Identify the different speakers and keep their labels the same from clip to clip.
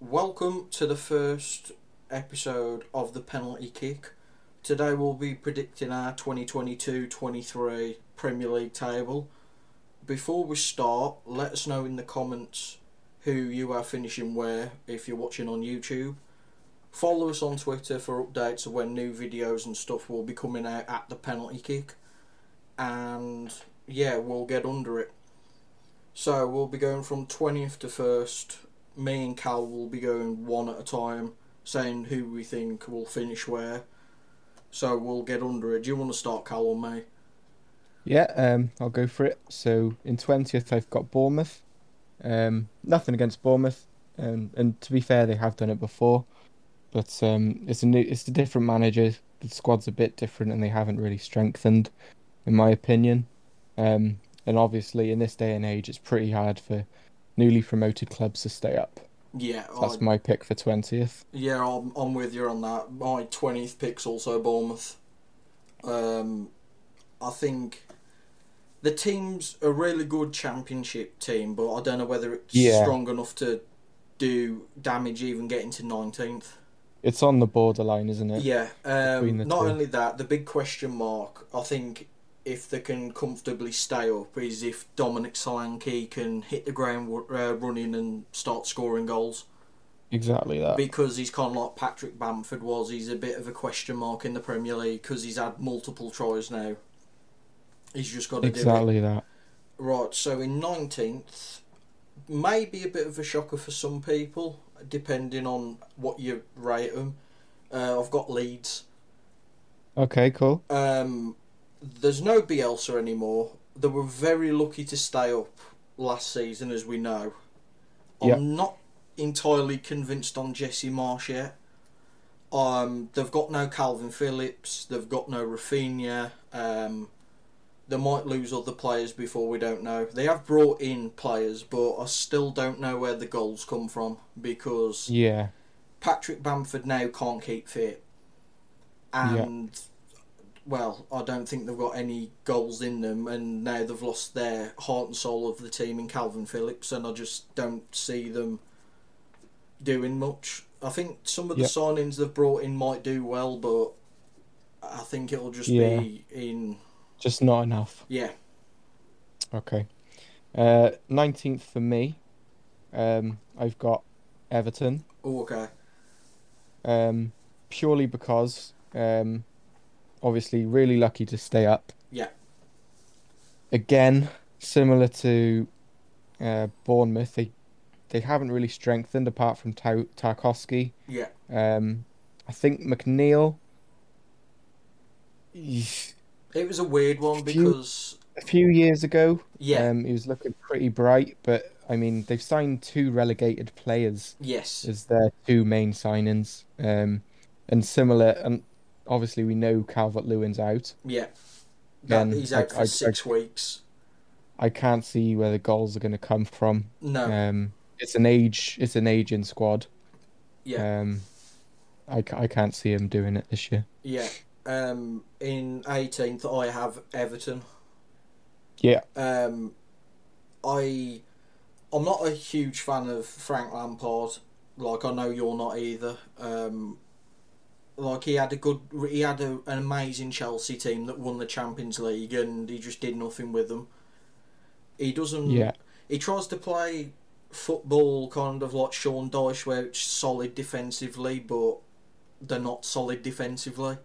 Speaker 1: Welcome to the first episode of the penalty kick. Today we'll be predicting our 2022-23 Premier League table. Before we start, let us know in the comments who you are finishing where if you're watching on YouTube. Follow us on Twitter for updates of when new videos and stuff will be coming out at the penalty kick. And yeah, we'll get under it. So we'll be going from 20th to 1st. Me and Cal will be going one at a time, saying who we think will finish where. So we'll get under it. Do you want to start, Cal, or me?
Speaker 2: Yeah, um, I'll go for it. So in twentieth, I've got Bournemouth. Um, nothing against Bournemouth, um, and to be fair, they have done it before, but um, it's a new, it's a different manager. The squad's a bit different, and they haven't really strengthened, in my opinion. Um, and obviously, in this day and age, it's pretty hard for newly promoted clubs to stay up.
Speaker 1: Yeah,
Speaker 2: That's
Speaker 1: I,
Speaker 2: my pick for twentieth.
Speaker 1: yeah, I'm, I'm with you on that. My 20th pick's also Bournemouth. Um, I think the team's a really good championship team, but I don't know whether it's
Speaker 2: Yeah.
Speaker 1: strong enough to do damage even getting to 19th.
Speaker 2: It's on the borderline, isn't it?
Speaker 1: Yeah,
Speaker 2: Between
Speaker 1: um,
Speaker 2: the
Speaker 1: not
Speaker 2: two.
Speaker 1: only that, the big question mark, I think, if they can comfortably stay up, is if Dominic Solanke can hit the ground uh, running and start scoring goals.
Speaker 2: Exactly that.
Speaker 1: Because he's kind of like Patrick Bamford was, he's a bit of a question mark in the Premier League because he's had multiple tries now. He's just got to do it.
Speaker 2: Exactly that.
Speaker 1: Right, so in 19th, maybe a bit of a shocker for some people, depending on what you rate them. Uh, I've got Leeds.
Speaker 2: Okay, cool.
Speaker 1: Um, there's no Bielsa anymore. They were very lucky to stay up last season, as we know.
Speaker 2: Yeah.
Speaker 1: I'm not entirely convinced on Jesse Marsh yet. Um, they've got no Calvin Phillips. They've got no Rafinha. Um, they might lose other players before we don't know. They have brought in players, but I still don't know where the goals come from because
Speaker 2: Yeah,
Speaker 1: Patrick Bamford now can't keep fit, and well, I don't think they've got any goals in them, and now they've lost their heart and soul of the team in Calvin Phillips, and I just don't see them doing much. I think some of the
Speaker 2: Yeah.
Speaker 1: signings they've brought in might do well, but I think it'll just
Speaker 2: Yeah.
Speaker 1: be in
Speaker 2: just not enough.
Speaker 1: yeah,
Speaker 2: Okay. Uh, 19th for me. Um, I've got Everton.
Speaker 1: oh, okay,
Speaker 2: Um, purely because, um, obviously, really lucky to stay up.
Speaker 1: Yeah.
Speaker 2: Again, similar to uh, Bournemouth, they they haven't really strengthened apart from Ta- Tarkovsky.
Speaker 1: yeah,
Speaker 2: Um, I think McNeil. A
Speaker 1: it was a weird one
Speaker 2: Do you-
Speaker 1: because
Speaker 2: few years ago,
Speaker 1: yeah,
Speaker 2: Um, he was looking pretty bright, but I mean, they've signed two relegated players
Speaker 1: yes,
Speaker 2: as their two main signings. Um, and similar, and obviously we know Calvert Lewin's out.
Speaker 1: yeah, that,
Speaker 2: Then
Speaker 1: he's out
Speaker 2: I-
Speaker 1: for
Speaker 2: I- I-
Speaker 1: six weeks.
Speaker 2: I can't see where the goals are going to come from.
Speaker 1: No,
Speaker 2: Um, it's an age, it's an aging squad.
Speaker 1: yeah.
Speaker 2: Um, I, ca- I can't see him doing it this year.
Speaker 1: Yeah. Um, in 18th, I have Everton.
Speaker 2: Yeah.
Speaker 1: Um, I, I'm not a huge fan of Frank Lampard. Like I know you're not either. Um, like he had a good, he had a, an amazing Chelsea team that won the Champions League, and he just did nothing with them. He doesn't.
Speaker 2: Yeah.
Speaker 1: He tries to play football kind of like Sean Dyche, where it's solid defensively, but they're not solid defensively.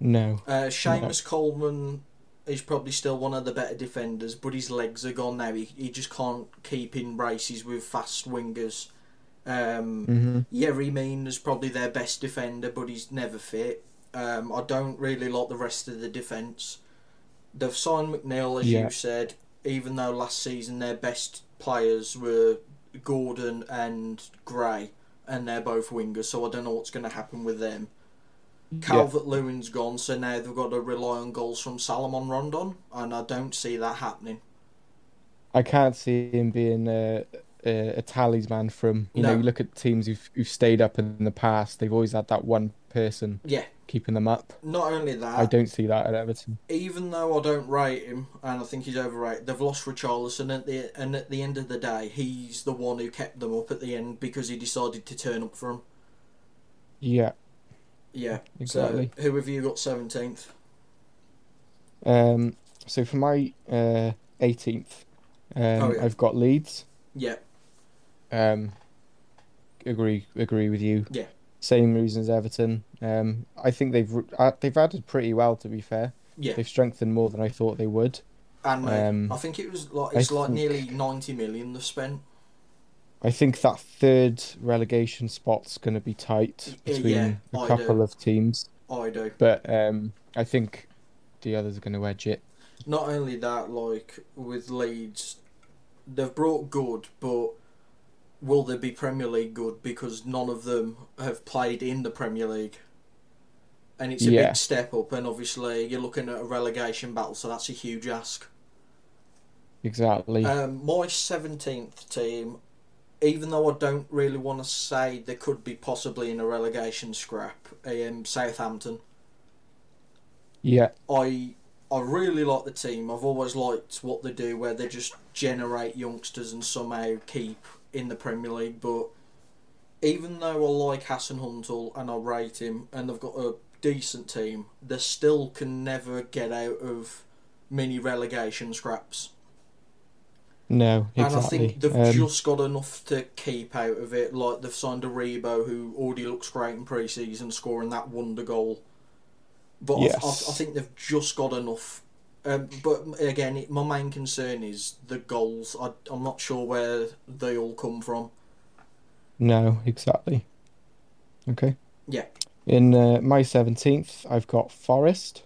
Speaker 2: No.
Speaker 1: Uh, Seamus Coleman is probably still one of the better defenders, but his legs are gone now. He, he just can't keep in races with fast wingers. Um,
Speaker 2: hmm
Speaker 1: Yerry Mean is probably their best defender, but he's never fit. Um, I don't really like the rest of the defence. They've signed McNeil, as
Speaker 2: Yeah.
Speaker 1: you said, even though last season their best players were Gordon and Gray, and they're both wingers, so I don't know what's going to happen with them. Calvert Lewin's gone, so now they've got to rely on goals from Salomon Rondon, and I don't see that happening.
Speaker 2: I can't see him being a, a, a talisman from you know.
Speaker 1: No.
Speaker 2: You look at teams who've who've stayed up in the past; they've always had that one person
Speaker 1: Yeah,
Speaker 2: keeping them up.
Speaker 1: Not only that,
Speaker 2: I don't see that at Everton.
Speaker 1: even though I don't rate him and I think he's overrated, they've lost Richarlison at the and at the end of the day, he's the one who kept them up at the end because he decided to turn up for him.
Speaker 2: Yeah,
Speaker 1: Yeah.
Speaker 2: exactly.
Speaker 1: So who have you got seventeenth?
Speaker 2: Um, so for my uh, 18th, um,
Speaker 1: Oh, yeah.
Speaker 2: I've got Leeds.
Speaker 1: Yeah.
Speaker 2: Um, agree, agree with you.
Speaker 1: Yeah.
Speaker 2: Same reasons Everton. Um, I think they've re- uh, they've added pretty well. To be fair,
Speaker 1: Yeah.
Speaker 2: they've strengthened more than I thought they would.
Speaker 1: And mate,
Speaker 2: um,
Speaker 1: I think it was like
Speaker 2: I
Speaker 1: it's like
Speaker 2: think-
Speaker 1: nearly ninety million they've spent.
Speaker 2: I think that third relegation spot's going to be tight
Speaker 1: Y- yeah,
Speaker 2: between
Speaker 1: I
Speaker 2: a couple
Speaker 1: do.
Speaker 2: of teams,
Speaker 1: I do.
Speaker 2: but um, I think the others are going to edge it.
Speaker 1: Not only that, like with Leeds, they've brought good, but will they be Premier League good? Because none of them have played in the Premier League, and it's a
Speaker 2: Yeah.
Speaker 1: big step up. And obviously, you're looking at a relegation battle, so that's a huge ask.
Speaker 2: Exactly.
Speaker 1: Um, my seventeenth team, even though I don't really want to say they could be possibly in a relegation scrap, um, Southampton.
Speaker 2: yeah,
Speaker 1: I I really like the team. I've always liked what they do, where they just generate youngsters and somehow keep in the Premier League. But even though I like Hassan Huntle and I rate him, and they've got a decent team, they still can never get out of mini relegation scraps.
Speaker 2: no, exactly.
Speaker 1: And I think they've
Speaker 2: Um,
Speaker 1: just got enough to keep out of it. Like they've signed a Rebo who already looks great in pre-season, scoring that wonder goal. But I-
Speaker 2: Yes.
Speaker 1: I, I think they've just got enough. Um, but again, it, my main concern is the goals. I, I'm not sure where they all come from.
Speaker 2: No, exactly. Okay.
Speaker 1: Yeah.
Speaker 2: In uh, my 17th, I've got Forest.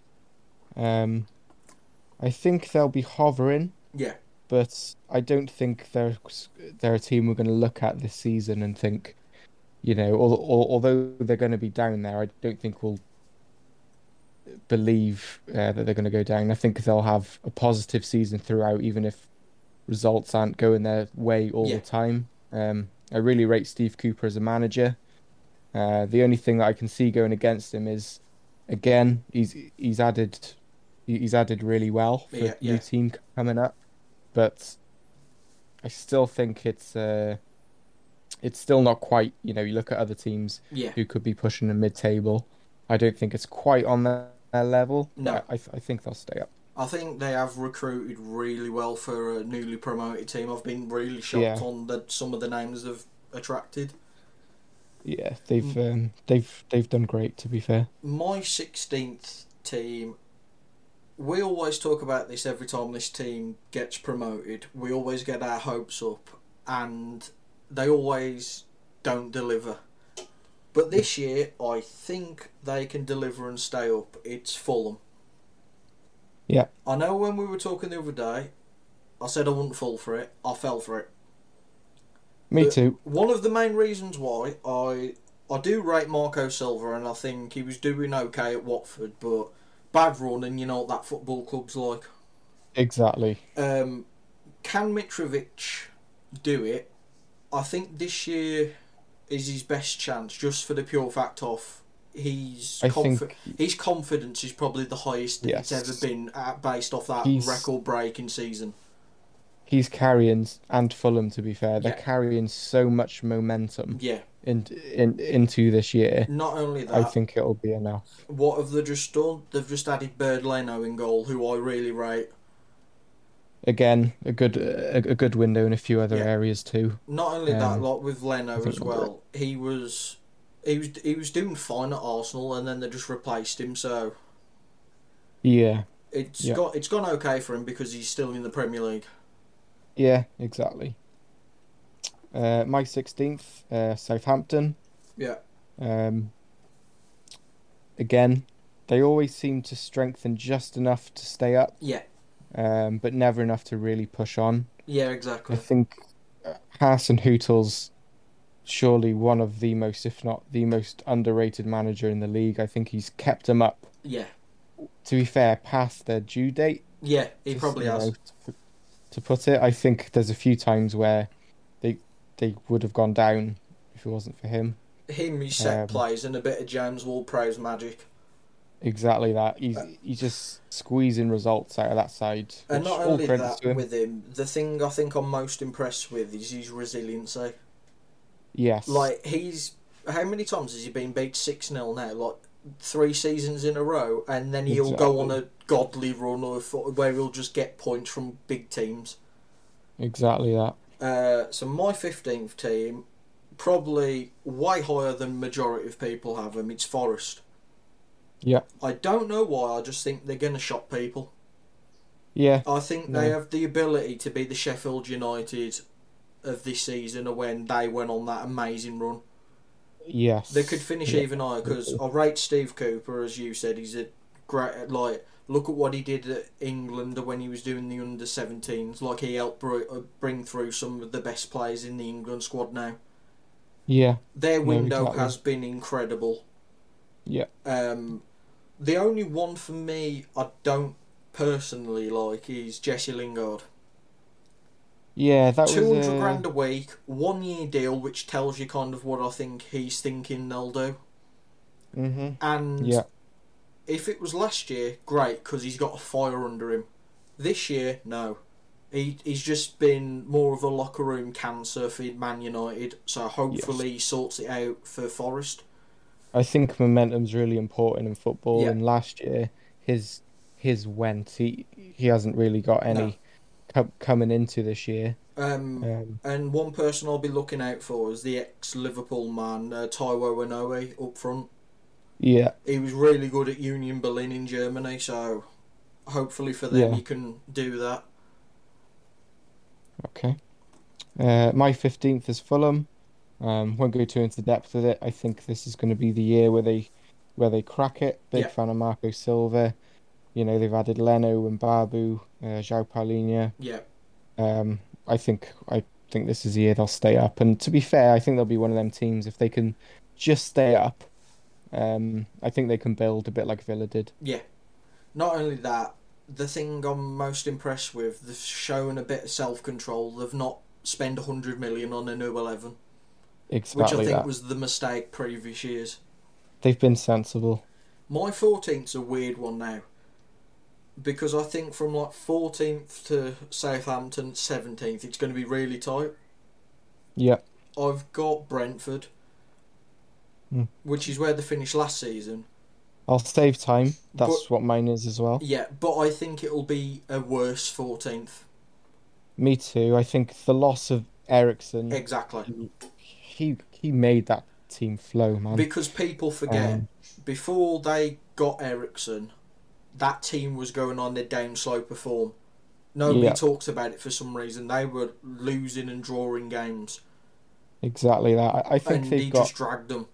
Speaker 2: Um, I think they'll be hovering,
Speaker 1: Yeah,
Speaker 2: but I don't think they're, they're a team we're going to look at this season and think, you know, al- al- although they're going to be down there, I don't think we'll believe uh, that they're going to go down. I think they'll have a positive season throughout, even if results aren't going their way all
Speaker 1: Yeah.
Speaker 2: the time. Um, I really rate Steve Cooper as a manager. Uh, the only thing that I can see going against him is, again, he's he's added, he- he's added really well for
Speaker 1: Yeah, yeah.
Speaker 2: new team coming up, but I still think it's uh, it's still not quite. You know, you look at other teams
Speaker 1: yeah,
Speaker 2: who could be pushing a mid-table. I don't think it's quite on their, their level.
Speaker 1: No.
Speaker 2: but I, I, I think they'll stay up.
Speaker 1: I think they have recruited really well for a newly promoted team. I've been really shocked
Speaker 2: Yeah.
Speaker 1: on the some of the names they've attracted.
Speaker 2: Yeah, they've
Speaker 1: Mm.
Speaker 2: um, they've they've done great. To be fair,
Speaker 1: my 16th team we always talk about this every time this team gets promoted we always get our hopes up and they always don't deliver but this year i think they can deliver and stay up it's fulham
Speaker 2: Yeah.
Speaker 1: i know when we were talking the other day i said i wouldn't fall for it i fell for it
Speaker 2: me
Speaker 1: Uh,
Speaker 2: too.
Speaker 1: one of the main reasons why I I do rate Marco Silva, and I think he was doing okay at Watford, but bad run, and you know what that football club's like.
Speaker 2: Exactly.
Speaker 1: Um, can Mitrovic do it? I think this year is his best chance, just for the pure fact of he's
Speaker 2: I
Speaker 1: confi-
Speaker 2: think
Speaker 1: his confidence is probably the highest that it's
Speaker 2: Yes.
Speaker 1: ever been at, based off that
Speaker 2: He's-
Speaker 1: record-breaking season.
Speaker 2: he's carrying and Fulham. To be fair, they're
Speaker 1: Yeah.
Speaker 2: carrying so much momentum
Speaker 1: Yeah.
Speaker 2: in, in into this year.
Speaker 1: Not only that,
Speaker 2: I think it'll be enough.
Speaker 1: What have they just done? They've just added Bird Leno in goal, who I really rate.
Speaker 2: Again, a good a, a good window in a few other
Speaker 1: Yeah.
Speaker 2: areas too.
Speaker 1: Not only that,
Speaker 2: Um,
Speaker 1: like with
Speaker 2: I
Speaker 1: Leno
Speaker 2: think
Speaker 1: as well, he was, he was, he was doing fine at Arsenal, and then they just replaced him. So
Speaker 2: Yeah,
Speaker 1: it's
Speaker 2: Yeah.
Speaker 1: got it's gone okay for him because he's still in the Premier League.
Speaker 2: yeah, exactly. Uh, my sixteenth, uh, Southampton.
Speaker 1: Yeah,
Speaker 2: Um, again, they always seem to strengthen just enough to stay up,
Speaker 1: yeah,
Speaker 2: um, but never enough to really push on.
Speaker 1: yeah,
Speaker 2: I
Speaker 1: exactly.
Speaker 2: think uh, Haas and Hootel's surely one of the most, if not the most underrated manager in the league. I think he's kept them up.
Speaker 1: Yeah,
Speaker 2: To be fair, past their due date.
Speaker 1: yeah, he
Speaker 2: just,
Speaker 1: probably
Speaker 2: you
Speaker 1: has.
Speaker 2: know, to, to put it, I think there's a few times where they they would have gone down if it wasn't for him.
Speaker 1: Him, his set
Speaker 2: Um,
Speaker 1: plays, and a bit of James Ward-Prowse magic.
Speaker 2: Exactly that. He's he's just squeezing results out of that side.
Speaker 1: Uh, And
Speaker 2: which
Speaker 1: not
Speaker 2: all
Speaker 1: only
Speaker 2: credits
Speaker 1: that,
Speaker 2: to him.
Speaker 1: with him, the thing I think I'm most impressed with is his resiliency.
Speaker 2: yes,
Speaker 1: Like he's how many times has he been beat six 0 now? Like three seasons in a row, and then he'll go on a godly run or fo- where he'll just get points from big teams.
Speaker 2: exactly that.
Speaker 1: Uh, so my fifteenth team, probably way higher than majority of people have them. It's Forest.
Speaker 2: Yeah.
Speaker 1: I don't know why. I just think they're gonna shop people.
Speaker 2: Yeah,
Speaker 1: I think they
Speaker 2: No.
Speaker 1: have the ability to be the Sheffield United of this season, or when they went on that amazing run.
Speaker 2: yes.
Speaker 1: They could finish
Speaker 2: Yeah.
Speaker 1: even higher because I rate Steve Cooper as you said. He's a great like. Look at what he did at England when he was doing the under 17s. Like he helped br- uh, bring through some of the best players in the England squad now.
Speaker 2: Yeah,
Speaker 1: Their
Speaker 2: No,
Speaker 1: window
Speaker 2: exactly.
Speaker 1: has been incredible.
Speaker 2: yeah,
Speaker 1: Um, the only one for me I don't personally like is Jesse Lingard.
Speaker 2: yeah. That
Speaker 1: Two
Speaker 2: was
Speaker 1: hundred
Speaker 2: uh,
Speaker 1: grand a week, one year deal, which tells you kind of what I think he's thinking they'll do.
Speaker 2: hmm
Speaker 1: And
Speaker 2: Yeah,
Speaker 1: If it was last year, great, because he's got a fire under him. This year, no. He, he's just been more of a locker room cancer for Man United, so hopefully he sorts it out for Forest.
Speaker 2: I think momentum's really important in football.
Speaker 1: Yeah.
Speaker 2: And last year, his his went. He he hasn't really got any
Speaker 1: No.
Speaker 2: co- coming into this year.
Speaker 1: Um,
Speaker 2: Um,
Speaker 1: And one person I'll be looking out for is the ex Liverpool man, uh, Taiwo Inoue, up front.
Speaker 2: yeah,
Speaker 1: He was really good at Union Berlin in Germany, so hopefully for them
Speaker 2: Yeah.
Speaker 1: he can do that.
Speaker 2: Okay. Uh, my 15th is Fulham. Um, won't go too into depth with it. I think this is going to be the year where they where they crack it. Big
Speaker 1: Yeah.
Speaker 2: fan of Marco Silva. You know, they've added Leno and Babu, uh, João Paulinho.
Speaker 1: Yeah,
Speaker 2: Um, I think I think this is the year they'll stay up. And to be fair, I think they'll be one of them teams if they can just stay up. Um, I think they can build a bit like Villa did.
Speaker 1: Yeah. Not only that, the thing I'm most impressed with, they've shown a bit of self control. They've not spent 100 million on a new 11, which I
Speaker 2: Exactly
Speaker 1: think
Speaker 2: that.
Speaker 1: was the mistake previous years.
Speaker 2: They've been sensible.
Speaker 1: My 14th's a weird one now. Because I think from like 14th to Southampton, 17th, it's going to be really tight.
Speaker 2: Yep.
Speaker 1: I've got Brentford,
Speaker 2: Hmm.
Speaker 1: which is where they finished last season.
Speaker 2: I'll save time. That's what mine is as well.
Speaker 1: Yeah, but I think it'll be a worse 14th.
Speaker 2: Me too. I think the loss of Ericsson,
Speaker 1: Exactly.
Speaker 2: he he made that team flow, man.
Speaker 1: Because people forget,
Speaker 2: Um,
Speaker 1: before they got Ericsson, that team was going on their down slope of form. Nobody
Speaker 2: Yeah.
Speaker 1: talks about it for some reason. They were losing and drawing games,
Speaker 2: exactly that. I, I
Speaker 1: and
Speaker 2: think
Speaker 1: he
Speaker 2: they've got.
Speaker 1: just dragged them.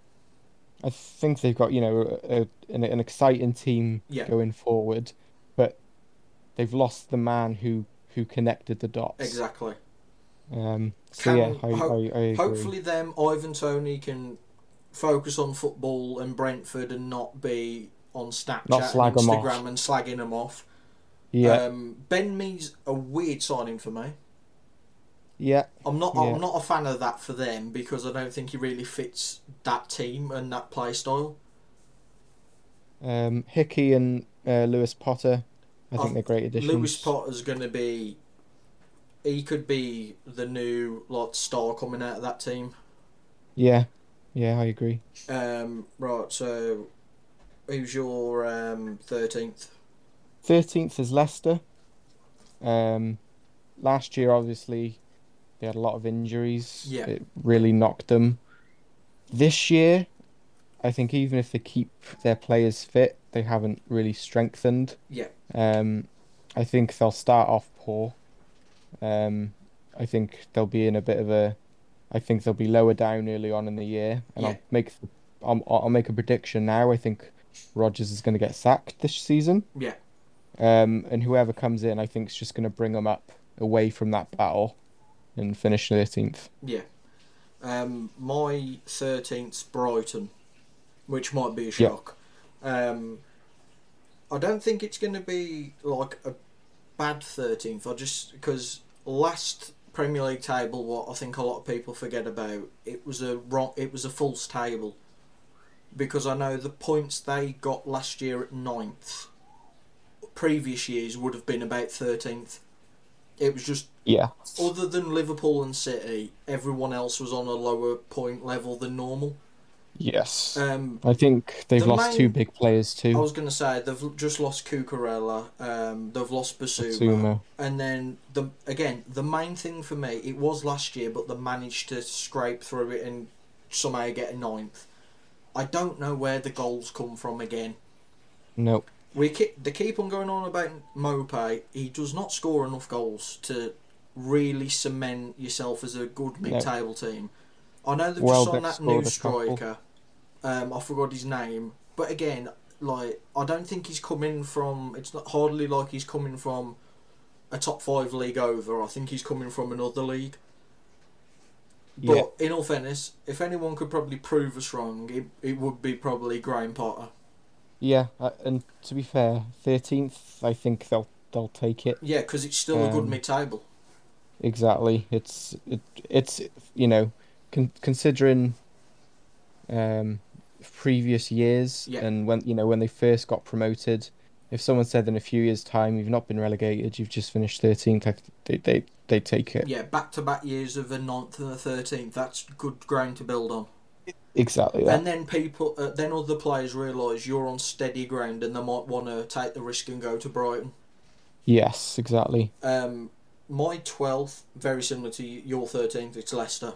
Speaker 2: I think they've got you know a, a, an, an exciting team
Speaker 1: Yeah.
Speaker 2: going forward, but they've lost the man who who connected the dots.
Speaker 1: Exactly.
Speaker 2: Um. So yeah,
Speaker 1: Can-
Speaker 2: I,
Speaker 1: ho-
Speaker 2: I, I agree.
Speaker 1: Hopefully, them Ivan Tony can focus on football and Brentford and not be on Snapchat,
Speaker 2: Not slag
Speaker 1: and
Speaker 2: 'em off.
Speaker 1: Instagram, and slagging them off.
Speaker 2: yeah.
Speaker 1: Um, ben Mee's a weird signing for me.
Speaker 2: yeah.
Speaker 1: I'm not.
Speaker 2: Yeah.
Speaker 1: I'm not a fan of that for them because I don't think he really fits that team and that play style.
Speaker 2: Um. Hickey and uh, Lewis Potter. I think
Speaker 1: I've-
Speaker 2: they're great additions.
Speaker 1: oh, Lewis Potter's going to be. He could be the new like star coming out of that team.
Speaker 2: Yeah. Yeah, I agree.
Speaker 1: Um, right. So, who's your um thirteenth?
Speaker 2: Thirteenth is Leicester. Um, last year, obviously, they had a lot of injuries.
Speaker 1: Yeah.
Speaker 2: It really knocked them. This year, I think even if they keep their players fit, they haven't really strengthened.
Speaker 1: Yeah.
Speaker 2: Um, I think they'll start off poor. Um, I think they'll be in a bit of a. I think they'll be lower down early on in the year, and
Speaker 1: Yeah.
Speaker 2: I'll make. I'll, I'll make a prediction now. I think Rogers is going to get sacked this season.
Speaker 1: Yeah.
Speaker 2: Um, and whoever comes in, I think, is just going to bring them up away from that battle and finish 13th.
Speaker 1: Yeah. Um, my thirteenth's Brighton, which might be a
Speaker 2: Yeah.
Speaker 1: shock. Um, I don't think it's going to be like a bad thirteenth. I just because last Premier League table, what I think a lot of people forget about, it was a wrong, it was a false table. because I know the points they got last year at ninth, previous years would have been about 13th. It was just
Speaker 2: Yeah.
Speaker 1: other than Liverpool and City, everyone else was on a lower point level than normal.
Speaker 2: Yes.
Speaker 1: Um,
Speaker 2: I think they've
Speaker 1: the
Speaker 2: lost
Speaker 1: main- Oh,
Speaker 2: two big players
Speaker 1: I
Speaker 2: too.
Speaker 1: was going to say they've just lost Cucurella, um, they've lost Basuma,
Speaker 2: Sumo.
Speaker 1: and then the again the main thing for me it was last year, but they managed to scrape through it and somehow get a ninth. I don't know where the goals come from again.
Speaker 2: Nope.
Speaker 1: We keep they keep on going on about Mope. He does not score enough goals to really cement yourself as a good
Speaker 2: No.
Speaker 1: mid-table team. I know they've just
Speaker 2: Welbeck
Speaker 1: signed that
Speaker 2: scored
Speaker 1: new
Speaker 2: a couple.
Speaker 1: striker. Um, I forgot his name, but again, like I don't think he's coming from. It's not hardly like he's coming from a top five league over. I think he's coming from another league.
Speaker 2: Yeah.
Speaker 1: But in all fairness, if anyone could probably prove us wrong, it, it would be probably Graham Potter.
Speaker 2: Yeah. uh, And to be fair, thirteenth. I think they'll they'll take it.
Speaker 1: Yeah, because it's still a good
Speaker 2: Um,
Speaker 1: mid-table.
Speaker 2: Exactly. It's it, it's you know, con- considering um previous years
Speaker 1: Yeah.
Speaker 2: and when you know when they first got promoted, if someone said in a few years' time you've not been relegated, you've just finished thirteenth, they they they take it.
Speaker 1: Yeah, back to back years of the 9th and the thirteenth. That's good ground to build on.
Speaker 2: Exactly. That.
Speaker 1: And then people, uh, then other players realise you're on steady ground, and they might want to take the risk and go to Brighton.
Speaker 2: Yes. Exactly.
Speaker 1: Um, my twelfth, very similar to y- your thirteenth. It's Leicester.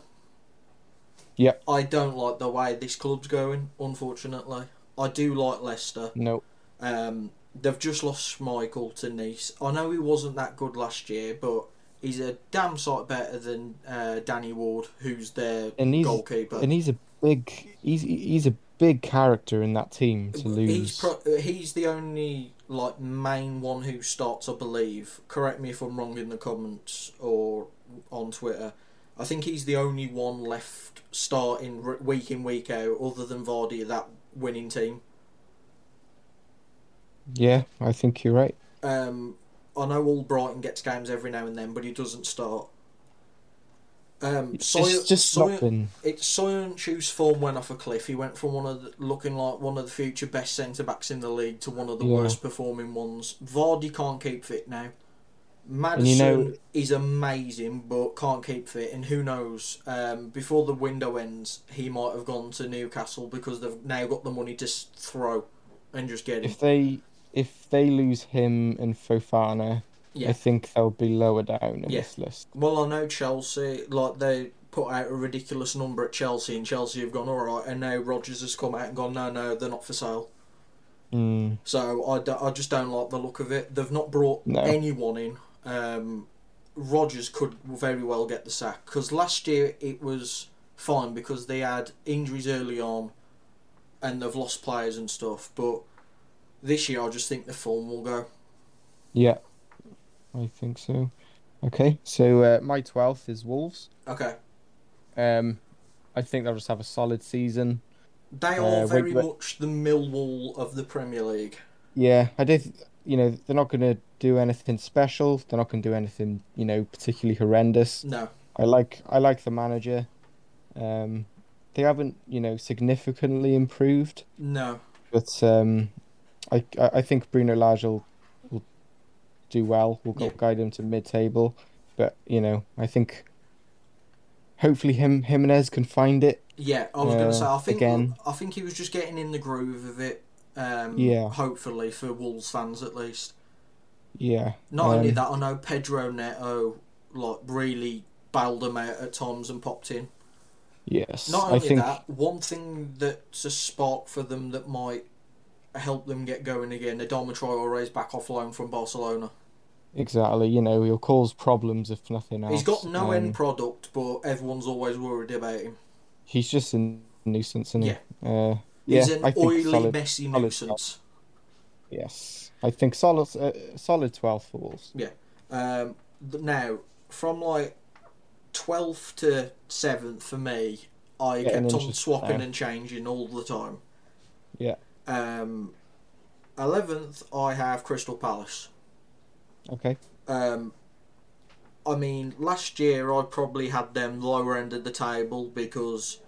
Speaker 2: Yep.
Speaker 1: I don't like the way this club's going. Unfortunately, I do like Leicester.
Speaker 2: No.
Speaker 1: Um, they've just lost Michael to Nice. I know he wasn't that good last year, but he's a damn sight better than uh, Danny Ward, who's their
Speaker 2: And he's
Speaker 1: goalkeeper.
Speaker 2: and he's a big he's he's a big character in that team to lose.
Speaker 1: He's pro- uh, he's the only like main one who starts, I believe. Correct me if I'm wrong in the comments or on Twitter. I think he's the only one left starting r- week in week out, other than Vardy, that winning team.
Speaker 2: yeah, I think you're right.
Speaker 1: Um, I know all Brighton gets games every now and then, but he doesn't start. Um,
Speaker 2: It's
Speaker 1: Soy-
Speaker 2: just
Speaker 1: Soy-
Speaker 2: not been
Speaker 1: it's Soyuncu's form went off a cliff. He went from one of the, looking like one of the future best centre backs in the league to one of the
Speaker 2: Yeah.
Speaker 1: worst performing ones. Vardy can't keep fit now. Madison
Speaker 2: you know-
Speaker 1: is amazing, but can't keep fit. And who knows? Um, before the window ends, he might have gone to Newcastle because they've now got the money to s- throw and just get him.
Speaker 2: if they if they lose him and Fofana,
Speaker 1: Yeah.
Speaker 2: I think they'll be lower down in
Speaker 1: Yeah.
Speaker 2: this list.
Speaker 1: Well, I know Chelsea, like they put out a ridiculous number at Chelsea, and Chelsea have gone all right. And now Rogers has come out and gone, no, no, they're not for sale.
Speaker 2: Mm,
Speaker 1: So I, d- I just don't like the look of it. They've not brought
Speaker 2: No.
Speaker 1: anyone in. Um, Rogers could very well get the sack because last year it was fine because they had injuries early on, and they've lost players and stuff. But this year I just think the form will go.
Speaker 2: yeah, I think so. Okay, so uh, my twelfth is Wolves.
Speaker 1: Okay,
Speaker 2: Um, I think they'll just have a solid season.
Speaker 1: they
Speaker 2: Uh,
Speaker 1: are
Speaker 2: wait,
Speaker 1: very
Speaker 2: wait.
Speaker 1: much the Millwall of the Premier League.
Speaker 2: Yeah, I did. You know, they're not going to do anything special. They're not going to do anything, you know, particularly horrendous.
Speaker 1: No,
Speaker 2: I like I like the manager. Um, they haven't you know significantly improved,
Speaker 1: no,
Speaker 2: but um, I I I think Bruno Lage will, will do well. Will
Speaker 1: Yeah.
Speaker 2: guide him to mid table, but you know I think hopefully him Jimenez can find it.
Speaker 1: yeah. I was going
Speaker 2: Uh,
Speaker 1: to say I think
Speaker 2: again.
Speaker 1: I think he was just getting in the groove of it. Um,
Speaker 2: Yeah.
Speaker 1: Hopefully for Wolves fans at least.
Speaker 2: Yeah,
Speaker 1: Not only
Speaker 2: Um,
Speaker 1: that, I know Pedro Neto like really bailed him out at times and popped in.
Speaker 2: yes.
Speaker 1: Not
Speaker 2: I
Speaker 1: only
Speaker 2: think
Speaker 1: that, one thing that's a spark for them that might help them get going again, Adama Traore's back off loan from Barcelona.
Speaker 2: exactly. You know he'll cause problems if nothing else.
Speaker 1: He's got no
Speaker 2: Um,
Speaker 1: end product, but everyone's always worried about him.
Speaker 2: He's just a nuisance, isn't he?
Speaker 1: Yeah.
Speaker 2: Uh, yeah,
Speaker 1: He's an
Speaker 2: I think
Speaker 1: oily,
Speaker 2: solid-
Speaker 1: messy
Speaker 2: solid
Speaker 1: nuisance.
Speaker 2: Yes, I think solid, uh, solid twelfth for Wolves.
Speaker 1: Um, but now, from like 12th to 7th for me, I
Speaker 2: Getting
Speaker 1: kept on
Speaker 2: interested
Speaker 1: swapping
Speaker 2: now.
Speaker 1: and changing all the time.
Speaker 2: Yeah,
Speaker 1: Um, 11th, I have Crystal Palace.
Speaker 2: okay.
Speaker 1: Um, I mean, last year I probably had them lower end of the table because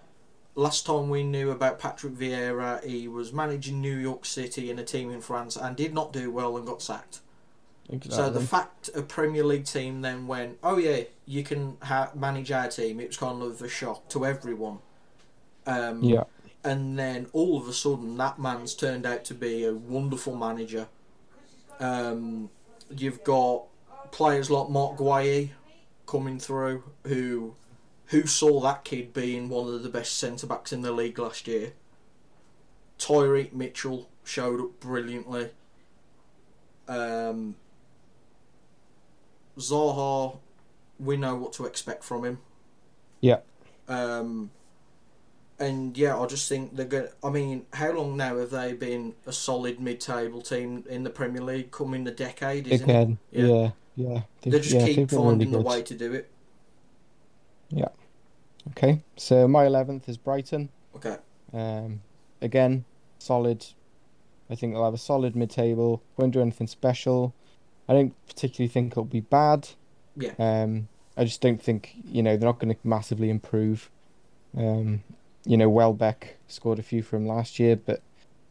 Speaker 1: last time we knew about Patrick Vieira, he was managing New York City in a team in France and did not do well and got sacked. So the fact a Premier League team then went, oh yeah, you can ha- manage our team. It was kind of a shock to everyone. Um,
Speaker 2: yeah,
Speaker 1: and then all of a sudden that man's turned out to be a wonderful manager. Um, you've got players like Mark Guaye coming through who who saw that kid being one of the best centre backs in the league last year. Tyreek Mitchell showed up brilliantly. Um, Zaha, we know what to expect from him.
Speaker 2: Yeah.
Speaker 1: Um, and yeah, I just think they're going. I mean, how long now have they been a solid mid-table team in the Premier League? Coming the decade, isn't it?
Speaker 2: again,
Speaker 1: Yeah.
Speaker 2: yeah, yeah, yeah.
Speaker 1: They just
Speaker 2: yeah, they've
Speaker 1: keep
Speaker 2: been
Speaker 1: finding
Speaker 2: really
Speaker 1: the
Speaker 2: good.
Speaker 1: way to do it.
Speaker 2: Okay, so my eleventh is Brighton.
Speaker 1: Okay.
Speaker 2: Um, again, solid. I think they'll have a solid mid-table. Won't do anything special. I don't particularly think it'll be bad.
Speaker 1: Yeah.
Speaker 2: Um, I just don't think you know they're not going to massively improve. Um, you know, Welbeck scored a few from last year, but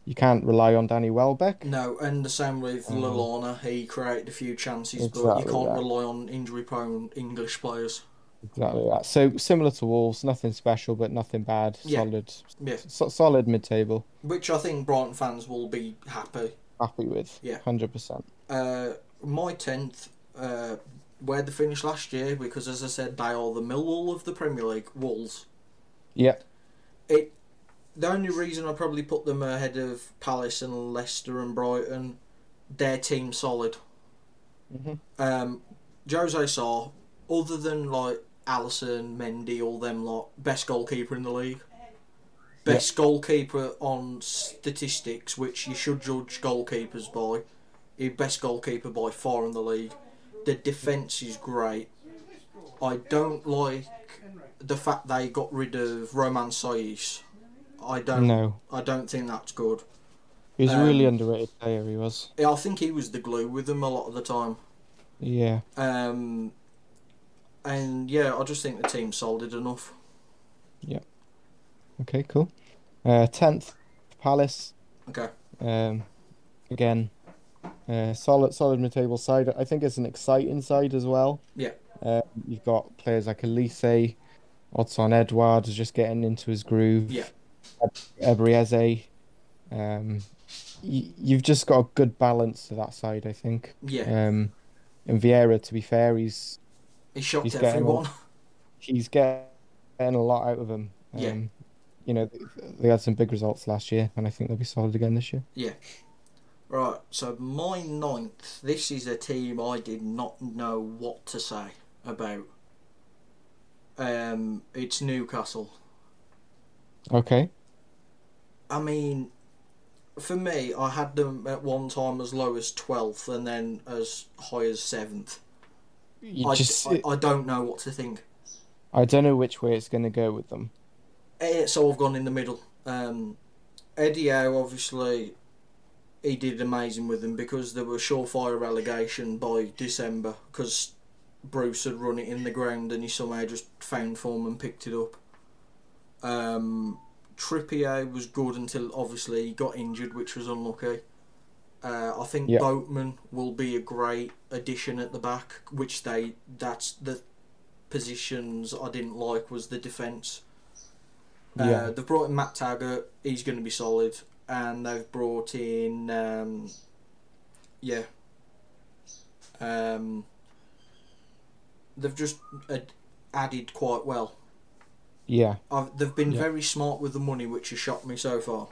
Speaker 2: you can't rely on Danny Welbeck.
Speaker 1: No, and the same with
Speaker 2: Um,
Speaker 1: Lalana. He created a few chances, but you
Speaker 2: Exactly
Speaker 1: can't
Speaker 2: that.
Speaker 1: rely on injury-prone English players.
Speaker 2: Exactly that. So similar to Wolves, nothing special, but nothing bad.
Speaker 1: Yeah.
Speaker 2: Solid,
Speaker 1: Yeah,
Speaker 2: so, solid mid-table.
Speaker 1: which I think Brighton fans will be happy.
Speaker 2: Happy with.
Speaker 1: Yeah.
Speaker 2: Hundred percent.
Speaker 1: Uh, my tenth, uh, where they finished last year, because as I said, they are the Millwall of the Premier League. Wolves.
Speaker 2: Yeah.
Speaker 1: It. The only reason I probably put them ahead of Palace and Leicester and Brighton, their team solid.
Speaker 2: Mm-hmm.
Speaker 1: um, Jose Sarr, other than like Allison, Mendy, all them lot, best goalkeeper in the league. Best goalkeeper on statistics, which you should judge goalkeepers by. He best goalkeeper by far in the league. The defence is great. I don't like the fact they got rid of Roman Saiz. I don't.
Speaker 2: No,
Speaker 1: I don't think that's good.
Speaker 2: he was
Speaker 1: Um,
Speaker 2: a really underrated player. He was.
Speaker 1: I think he was the glue with them a lot of the time.
Speaker 2: Yeah.
Speaker 1: Um, and yeah, I just think the team's solid enough.
Speaker 2: Okay. Cool. Uh, tenth, Palace.
Speaker 1: Okay.
Speaker 2: Um, again, uh, solid, solid mid-table side. I think it's an exciting side as well.
Speaker 1: Yeah.
Speaker 2: Uh, you've got players like Elise, Otson Edward is just getting into his groove.
Speaker 1: Yeah.
Speaker 2: Ebrieze. Um, y- you've just got a good balance to that side, I think.
Speaker 1: Yeah,
Speaker 2: Um, and Vieira, to be fair, he's
Speaker 1: he shocked
Speaker 2: he's getting
Speaker 1: everyone.
Speaker 2: he's getting a lot out of them. Um,
Speaker 1: Yeah.
Speaker 2: You know, they- they had some big results last year, and I think they'll be solid again this year.
Speaker 1: Right, so my ninth. This is a team I did not know what to say about. Um, it's Newcastle.
Speaker 2: Okay.
Speaker 1: I mean, for me, I had them at one time as low as twelfth, and then as high as seventh.
Speaker 2: You
Speaker 1: I,
Speaker 2: just,
Speaker 1: I, I don't know what to think.
Speaker 2: I don't know which way it's going to go with them.
Speaker 1: Eh, so I've gone in the middle. Um, Eddie Howe, obviously, he did amazing with them because there were surefire relegation by December because Bruce had run it in the ground and he somehow just found form and picked it up. Um, Trippier was good until obviously he got injured, which was unlucky. Uh, I think
Speaker 2: Yeah.
Speaker 1: Boatman will be a great addition at the back, which they that's the positions I didn't like was the defence. Uh,
Speaker 2: Yeah.
Speaker 1: they've brought in Matt Taggart. He's going to be solid, and they've brought in, um, yeah, um, they've just ad- added quite well.
Speaker 2: Yeah.
Speaker 1: I've, they've been
Speaker 2: Yeah.
Speaker 1: very smart with the money, which has shocked me so far.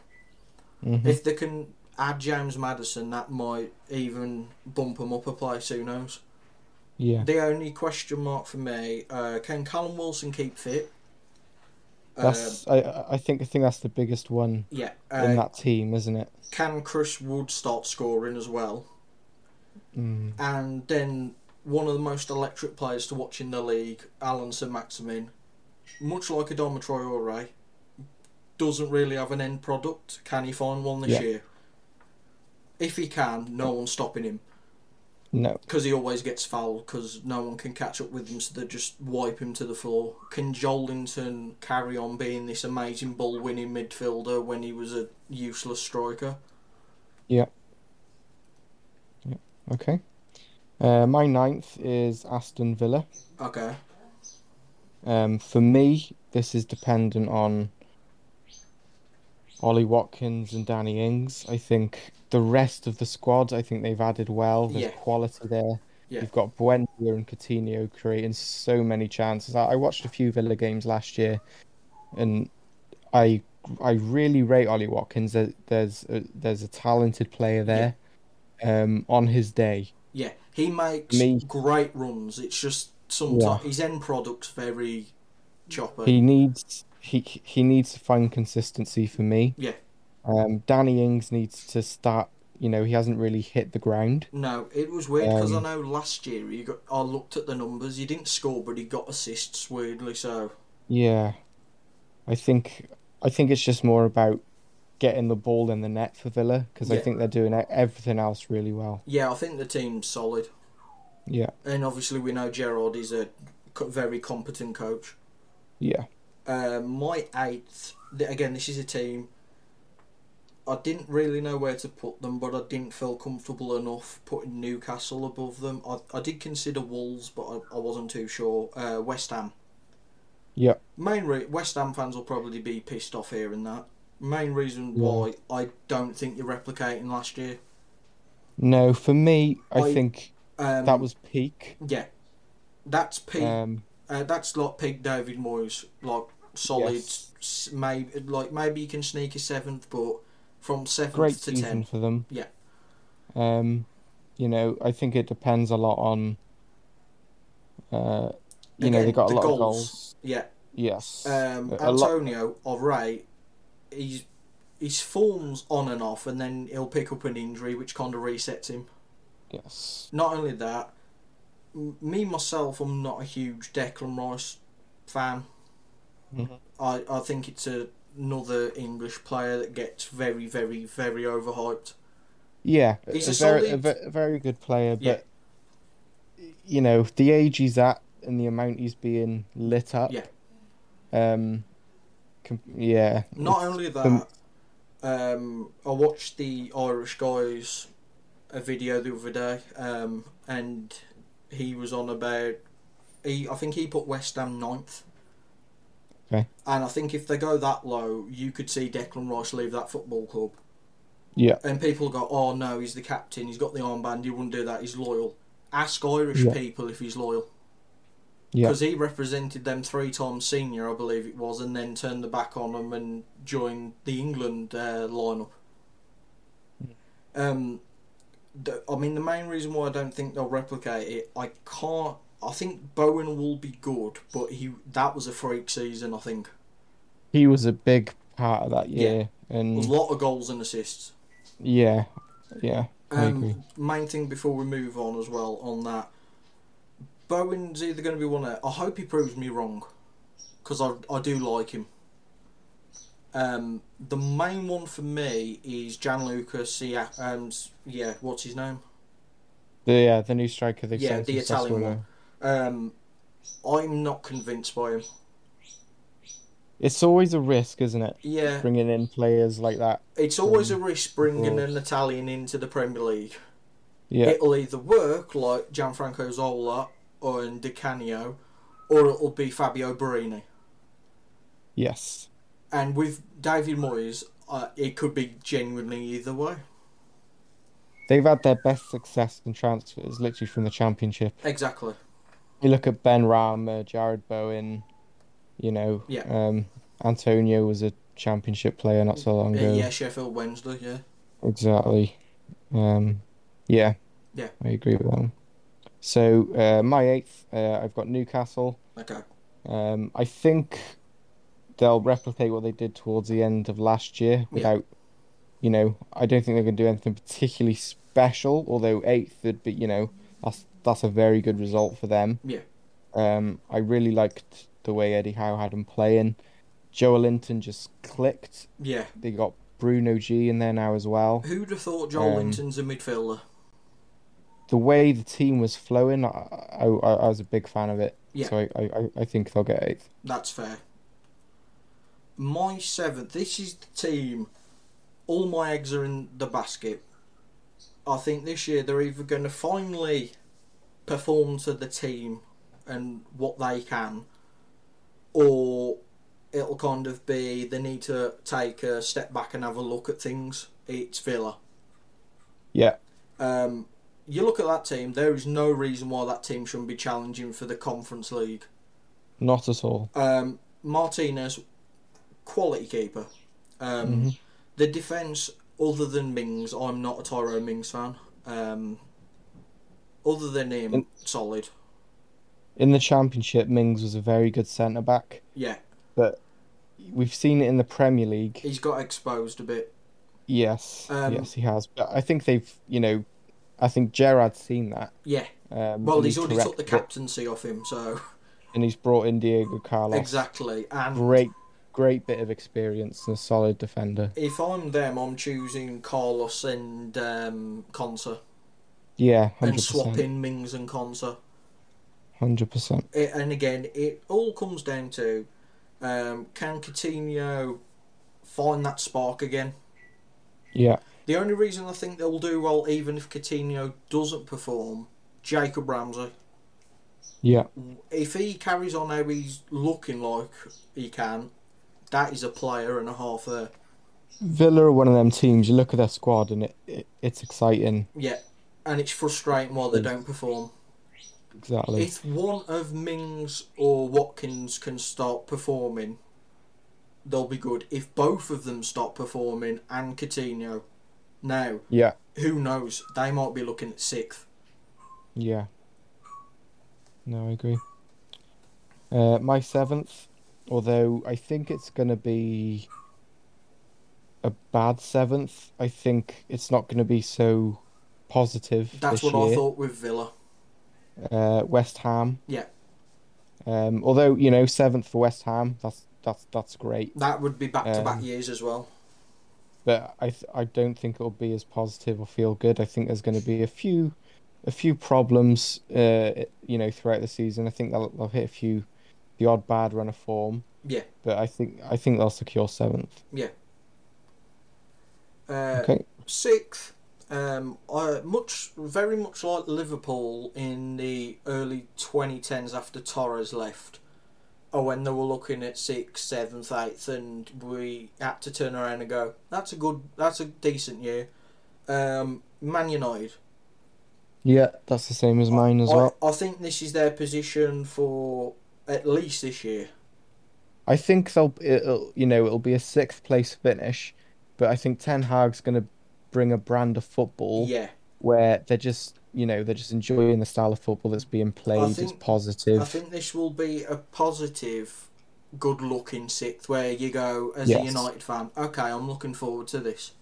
Speaker 2: hmm
Speaker 1: If they can add James Madison, that might even bump them up a place. Who knows?
Speaker 2: Yeah.
Speaker 1: The only question mark for me: uh, Can Callum Wilson keep fit?
Speaker 2: That's. I I. I think. I think that's the biggest
Speaker 1: Um,
Speaker 2: one
Speaker 1: yeah.
Speaker 2: in
Speaker 1: um, Uh,
Speaker 2: that team, isn't it?
Speaker 1: can Chris Wood start scoring as well?
Speaker 2: Mm.
Speaker 1: and then one of the most electric players to watch in the league, Alan St Maximin, much like Adama Traore, doesn't really have an end product. Can he find one this
Speaker 2: Yeah.
Speaker 1: year? If he can, no one's stopping him.
Speaker 2: No.
Speaker 1: because he always gets fouled because no one can catch up with him, so they just wipe him to the floor. Can Jolinton carry on being this amazing ball winning midfielder when he was a useless striker?
Speaker 2: Okay. Uh, my ninth is Aston Villa.
Speaker 1: Okay,
Speaker 2: Um, for me, this is dependent on Ollie Watkins and Danny Ings. I think the rest of the squad, I think they've added well. There's
Speaker 1: Yeah.
Speaker 2: quality there.
Speaker 1: Yeah.
Speaker 2: You've got Buendia and Coutinho creating so many chances. I, I watched a few Villa games last year, and I I really rate Ollie Watkins. There, there's a, there's a talented player there. Um, on his day,
Speaker 1: yeah, he makes
Speaker 2: Me-
Speaker 1: great runs. It's just sometimes his end product's very chopper.
Speaker 2: he needs he he needs to find consistency for me.
Speaker 1: Yeah.
Speaker 2: Um, Danny Ings needs to start. You know, he hasn't really hit the ground.
Speaker 1: No, it was weird because
Speaker 2: Um,
Speaker 1: I know last year he got. I looked at the numbers. He didn't score, but he got assists weirdly. So
Speaker 2: Yeah, I think I think it's just more about getting the ball in the net for Villa because I
Speaker 1: Yeah.
Speaker 2: think they're doing e- everything else really well.
Speaker 1: yeah, I think the team's solid,
Speaker 2: Yeah,
Speaker 1: and obviously we know Gerard is a co- very competent coach.
Speaker 2: yeah,
Speaker 1: Uh, my eighth. th- Again, this is a team. I didn't really know where to put them, but I didn't feel comfortable enough putting Newcastle above them. I, I did consider Wolves, but I, I wasn't too sure. Uh, West Ham.
Speaker 2: yeah,
Speaker 1: Main re- West Ham fans will probably be pissed off hearing that. Main reason
Speaker 2: Yeah.
Speaker 1: why I don't think you're replicating last year.
Speaker 2: No, for me, I,
Speaker 1: I-
Speaker 2: think
Speaker 1: Um,
Speaker 2: that was peak.
Speaker 1: yeah. That's peak.
Speaker 2: Um,
Speaker 1: uh, that's like peak David Moyes, like solid.
Speaker 2: Yes.
Speaker 1: s Maybe like maybe you can sneak a seventh, but from seventh
Speaker 2: great
Speaker 1: to
Speaker 2: season
Speaker 1: tenth,
Speaker 2: for them.
Speaker 1: Yeah.
Speaker 2: Um, you know, I think it depends a lot on. Uh, you know,
Speaker 1: Again,
Speaker 2: they got a
Speaker 1: the
Speaker 2: lot of
Speaker 1: goals.
Speaker 2: goals.
Speaker 1: yeah.
Speaker 2: Yes.
Speaker 1: Um,
Speaker 2: a lot.
Speaker 1: Antonio of Ray, he's his form's on and off, and then he'll pick up an injury, which kind of resets him.
Speaker 2: Yes.
Speaker 1: Not only that, m- me myself, I'm not a huge Declan Rice fan.
Speaker 2: Mhm.
Speaker 1: I I think it's a, another English player that gets very, very, very overhyped.
Speaker 2: Yeah.
Speaker 1: He's
Speaker 2: a,
Speaker 1: a
Speaker 2: very, a
Speaker 1: solid-
Speaker 2: ve- a very good player,
Speaker 1: Yeah.
Speaker 2: but you know the age he's at and the amount he's being lit up.
Speaker 1: Yeah.
Speaker 2: Um. Com- yeah.
Speaker 1: Not
Speaker 2: it's-
Speaker 1: only
Speaker 2: um,
Speaker 1: that, um, I watched the Irish guys a video the other day, um, and he was on about he. I think he put West Ham ninth.
Speaker 2: Okay.
Speaker 1: And I think if they go that low, you could see Declan Rice leave that football club.
Speaker 2: Yeah.
Speaker 1: And people go, "Oh no, he's the captain. He's got the armband. He wouldn't do that. He's loyal." Ask Irish
Speaker 2: Yeah.
Speaker 1: people if he's loyal.
Speaker 2: Yeah.
Speaker 1: Because he represented them three times senior, I believe it was, and then turned the back on them and joined the England uh, lineup.
Speaker 2: Hmm.
Speaker 1: Um, the, I mean, the main reason why I don't think they'll replicate it, I can't. I think Bowen will be good, but he that was a freak season. I think
Speaker 2: He was a big part of that
Speaker 1: Yeah.
Speaker 2: year,
Speaker 1: a
Speaker 2: and
Speaker 1: lot of goals and assists.
Speaker 2: yeah, yeah. I agree.
Speaker 1: Um, main thing before we move on as well on that, Bowen's either going to be one. Of, I hope he proves me wrong, because I I do like him. Um, the main one for me is Gianluca Sia. Um, s- yeah, what's his name?
Speaker 2: The yeah, the new striker they've
Speaker 1: Yeah,
Speaker 2: signed
Speaker 1: the
Speaker 2: from
Speaker 1: Italian
Speaker 2: Sassuolo.
Speaker 1: one. Um, I'm not convinced by him.
Speaker 2: It's always a risk, isn't it?
Speaker 1: Yeah,
Speaker 2: Bringing in players like that.
Speaker 1: it's always a risk bringing
Speaker 2: abroad.
Speaker 1: an Italian into the Premier League.
Speaker 2: Yeah,
Speaker 1: it'll either work like Gianfranco Zola or in Di Canio, or it'll be Fabio Barini.
Speaker 2: yes.
Speaker 1: And with David Moyes, uh, it could be genuinely either way.
Speaker 2: They've had their best success in transfers literally from the championship.
Speaker 1: Exactly.
Speaker 2: You look at Ben Rama, Jared Bowen, you know,
Speaker 1: Yeah.
Speaker 2: um, Antonio was a championship player not so long
Speaker 1: Yeah,
Speaker 2: ago.
Speaker 1: yeah, Sheffield Wednesday. Yeah.
Speaker 2: Exactly. Um, yeah.
Speaker 1: Yeah.
Speaker 2: I agree with that one. So, uh, my eighth, uh, I've got Newcastle.
Speaker 1: Okay.
Speaker 2: Um, I think they'll replicate what they did towards the end of last year without, you know, I don't think they're going to do anything particularly special. Although eighth would be, you know, that's that's a very good result for them.
Speaker 1: Yeah.
Speaker 2: Um, I really liked the way Eddie Howe had them playing. Joe Linton just clicked.
Speaker 1: Yeah.
Speaker 2: They got Bruno G in there now as well.
Speaker 1: Who'd have thought Joel
Speaker 2: Um,
Speaker 1: Linton's a midfielder?
Speaker 2: the way the team was flowing, I, I, I was a big fan of it.
Speaker 1: Yeah.
Speaker 2: So I, I, I- I think they'll get eighth.
Speaker 1: That's fair. My seventh. This is the team. All my eggs are in the basket. I think this year they're either going to finally perform to the team and what they can, or it'll kind of be they need to take a step back and have a look at things. It's Villa.
Speaker 2: Yeah.
Speaker 1: Um, you look at that team, there is no reason why that team shouldn't be challenging for the Conference League.
Speaker 2: Not at all.
Speaker 1: Um, Martinez, quality keeper. Um,
Speaker 2: Mm-hmm.
Speaker 1: The defence, other than Mings, I'm not a Tyrone Mings fan. Um, other than him,
Speaker 2: And-
Speaker 1: solid.
Speaker 2: In the championship, Mings was a very good centre back,
Speaker 1: Yeah,
Speaker 2: but we've seen it in the Premier League.
Speaker 1: he's got exposed a bit.
Speaker 2: Yes,
Speaker 1: Um,
Speaker 2: yes, he has. But I think they've, you know, I think Gerard's seen that.
Speaker 1: Yeah,
Speaker 2: Um,
Speaker 1: well,
Speaker 2: and
Speaker 1: he's already took the
Speaker 2: corrected it,
Speaker 1: captaincy off him, so
Speaker 2: and he's brought in Diego Carlos.
Speaker 1: exactly. And
Speaker 2: Great, great bit of experience and a solid defender.
Speaker 1: if I'm them, I'm choosing Carlos and um, Conser
Speaker 2: Yeah,
Speaker 1: and
Speaker 2: hundred percent,
Speaker 1: swapping Mings and Conser.
Speaker 2: hundred percent.
Speaker 1: it, and again, it all comes down to um, can Coutinho find that spark again?
Speaker 2: Yeah,
Speaker 1: The only reason I think they'll do well, even if Coutinho doesn't perform, Jacob Ramsey.
Speaker 2: yeah,
Speaker 1: If he carries on how he's looking like he can, that is a player and a half there.
Speaker 2: Villa are one of them teams. You look at their squad, and it, it it's exciting.
Speaker 1: Yeah, and it's frustrating why they don't perform.
Speaker 2: Exactly.
Speaker 1: If one of Mings or Watkins can start performing, they'll be good. If both of them stop performing and Coutinho, now
Speaker 2: yeah,
Speaker 1: who knows? They might be looking at sixth.
Speaker 2: yeah. No, I agree. Uh, my seventh, although I think it's gonna be a bad seventh. I think it's not gonna be so positive
Speaker 1: That's
Speaker 2: this
Speaker 1: what
Speaker 2: year.
Speaker 1: I thought with Villa.
Speaker 2: Uh, West Ham.
Speaker 1: Yeah.
Speaker 2: Um, although you know seventh for West Ham, that's that's that's great.
Speaker 1: That would be back to back
Speaker 2: Um,
Speaker 1: years as well.
Speaker 2: But I th- I don't think it'll be as positive or feel good. I think there's going to be a few a few problems. Uh, you know throughout the season. I think they'll, they'll hit a few the odd bad run of form.
Speaker 1: Yeah.
Speaker 2: But I think I think they'll secure seventh.
Speaker 1: Uh,
Speaker 2: Okay.
Speaker 1: Sixth, um, uh, much, very much like Liverpool in the early 2010s after Torres left, or when they were looking at sixth, seventh, eighth, and we had to turn around and go, that's a good, that's a decent year. Um, Man United.
Speaker 2: Yeah, that's the same as mine as
Speaker 1: I,
Speaker 2: well.
Speaker 1: I think this is their position for at least this year.
Speaker 2: I think they'll it'll you know it'll be a sixth place finish, but I think Ten Hag's going to bring a brand of football.
Speaker 1: Yeah.
Speaker 2: where they're just you know they're just enjoying the style of football that's being played. it's
Speaker 1: think-
Speaker 2: positive.
Speaker 1: I think this will be a positive, good look in sixth, where you go as a
Speaker 2: Yes.
Speaker 1: United fan. Okay, I'm looking forward to this.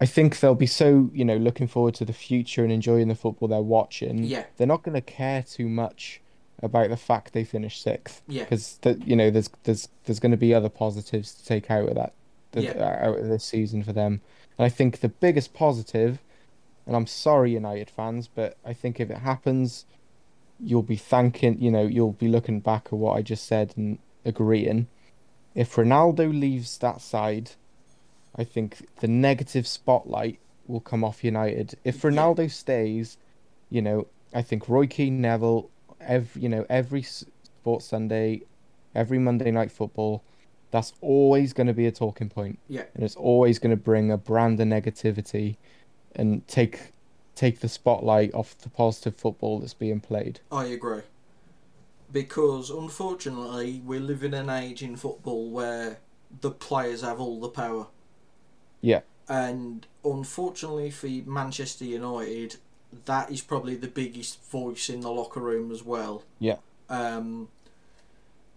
Speaker 2: I think they'll be so you know looking forward to the future and enjoying the football they're watching.
Speaker 1: Yeah.
Speaker 2: they're not going to care too much about the fact they finished sixth
Speaker 1: Yeah,
Speaker 2: because you know there's there's there's going to be other positives to take out of that th- out of this season for them. And I think the biggest positive, and I'm sorry United fans, but I think if it happens, you'll be thanking you know you'll be looking back at what I just said and agreeing. If Ronaldo leaves that side, I think the negative spotlight will come off United. If
Speaker 1: Yeah.
Speaker 2: Ronaldo stays, you know I think Roy Keane, Neville, every you know every s- Sports Sunday, every Monday night football, that's always going to be a talking point.
Speaker 1: Yeah.
Speaker 2: and it's always going to bring a brand of negativity, and take take the spotlight off the positive football that's being played.
Speaker 1: I agree. Because unfortunately, we live in an age in football where the players have all the power.
Speaker 2: Yeah.
Speaker 1: And unfortunately for Manchester United, that is probably the biggest voice in the locker room as well.
Speaker 2: Yeah.
Speaker 1: Um,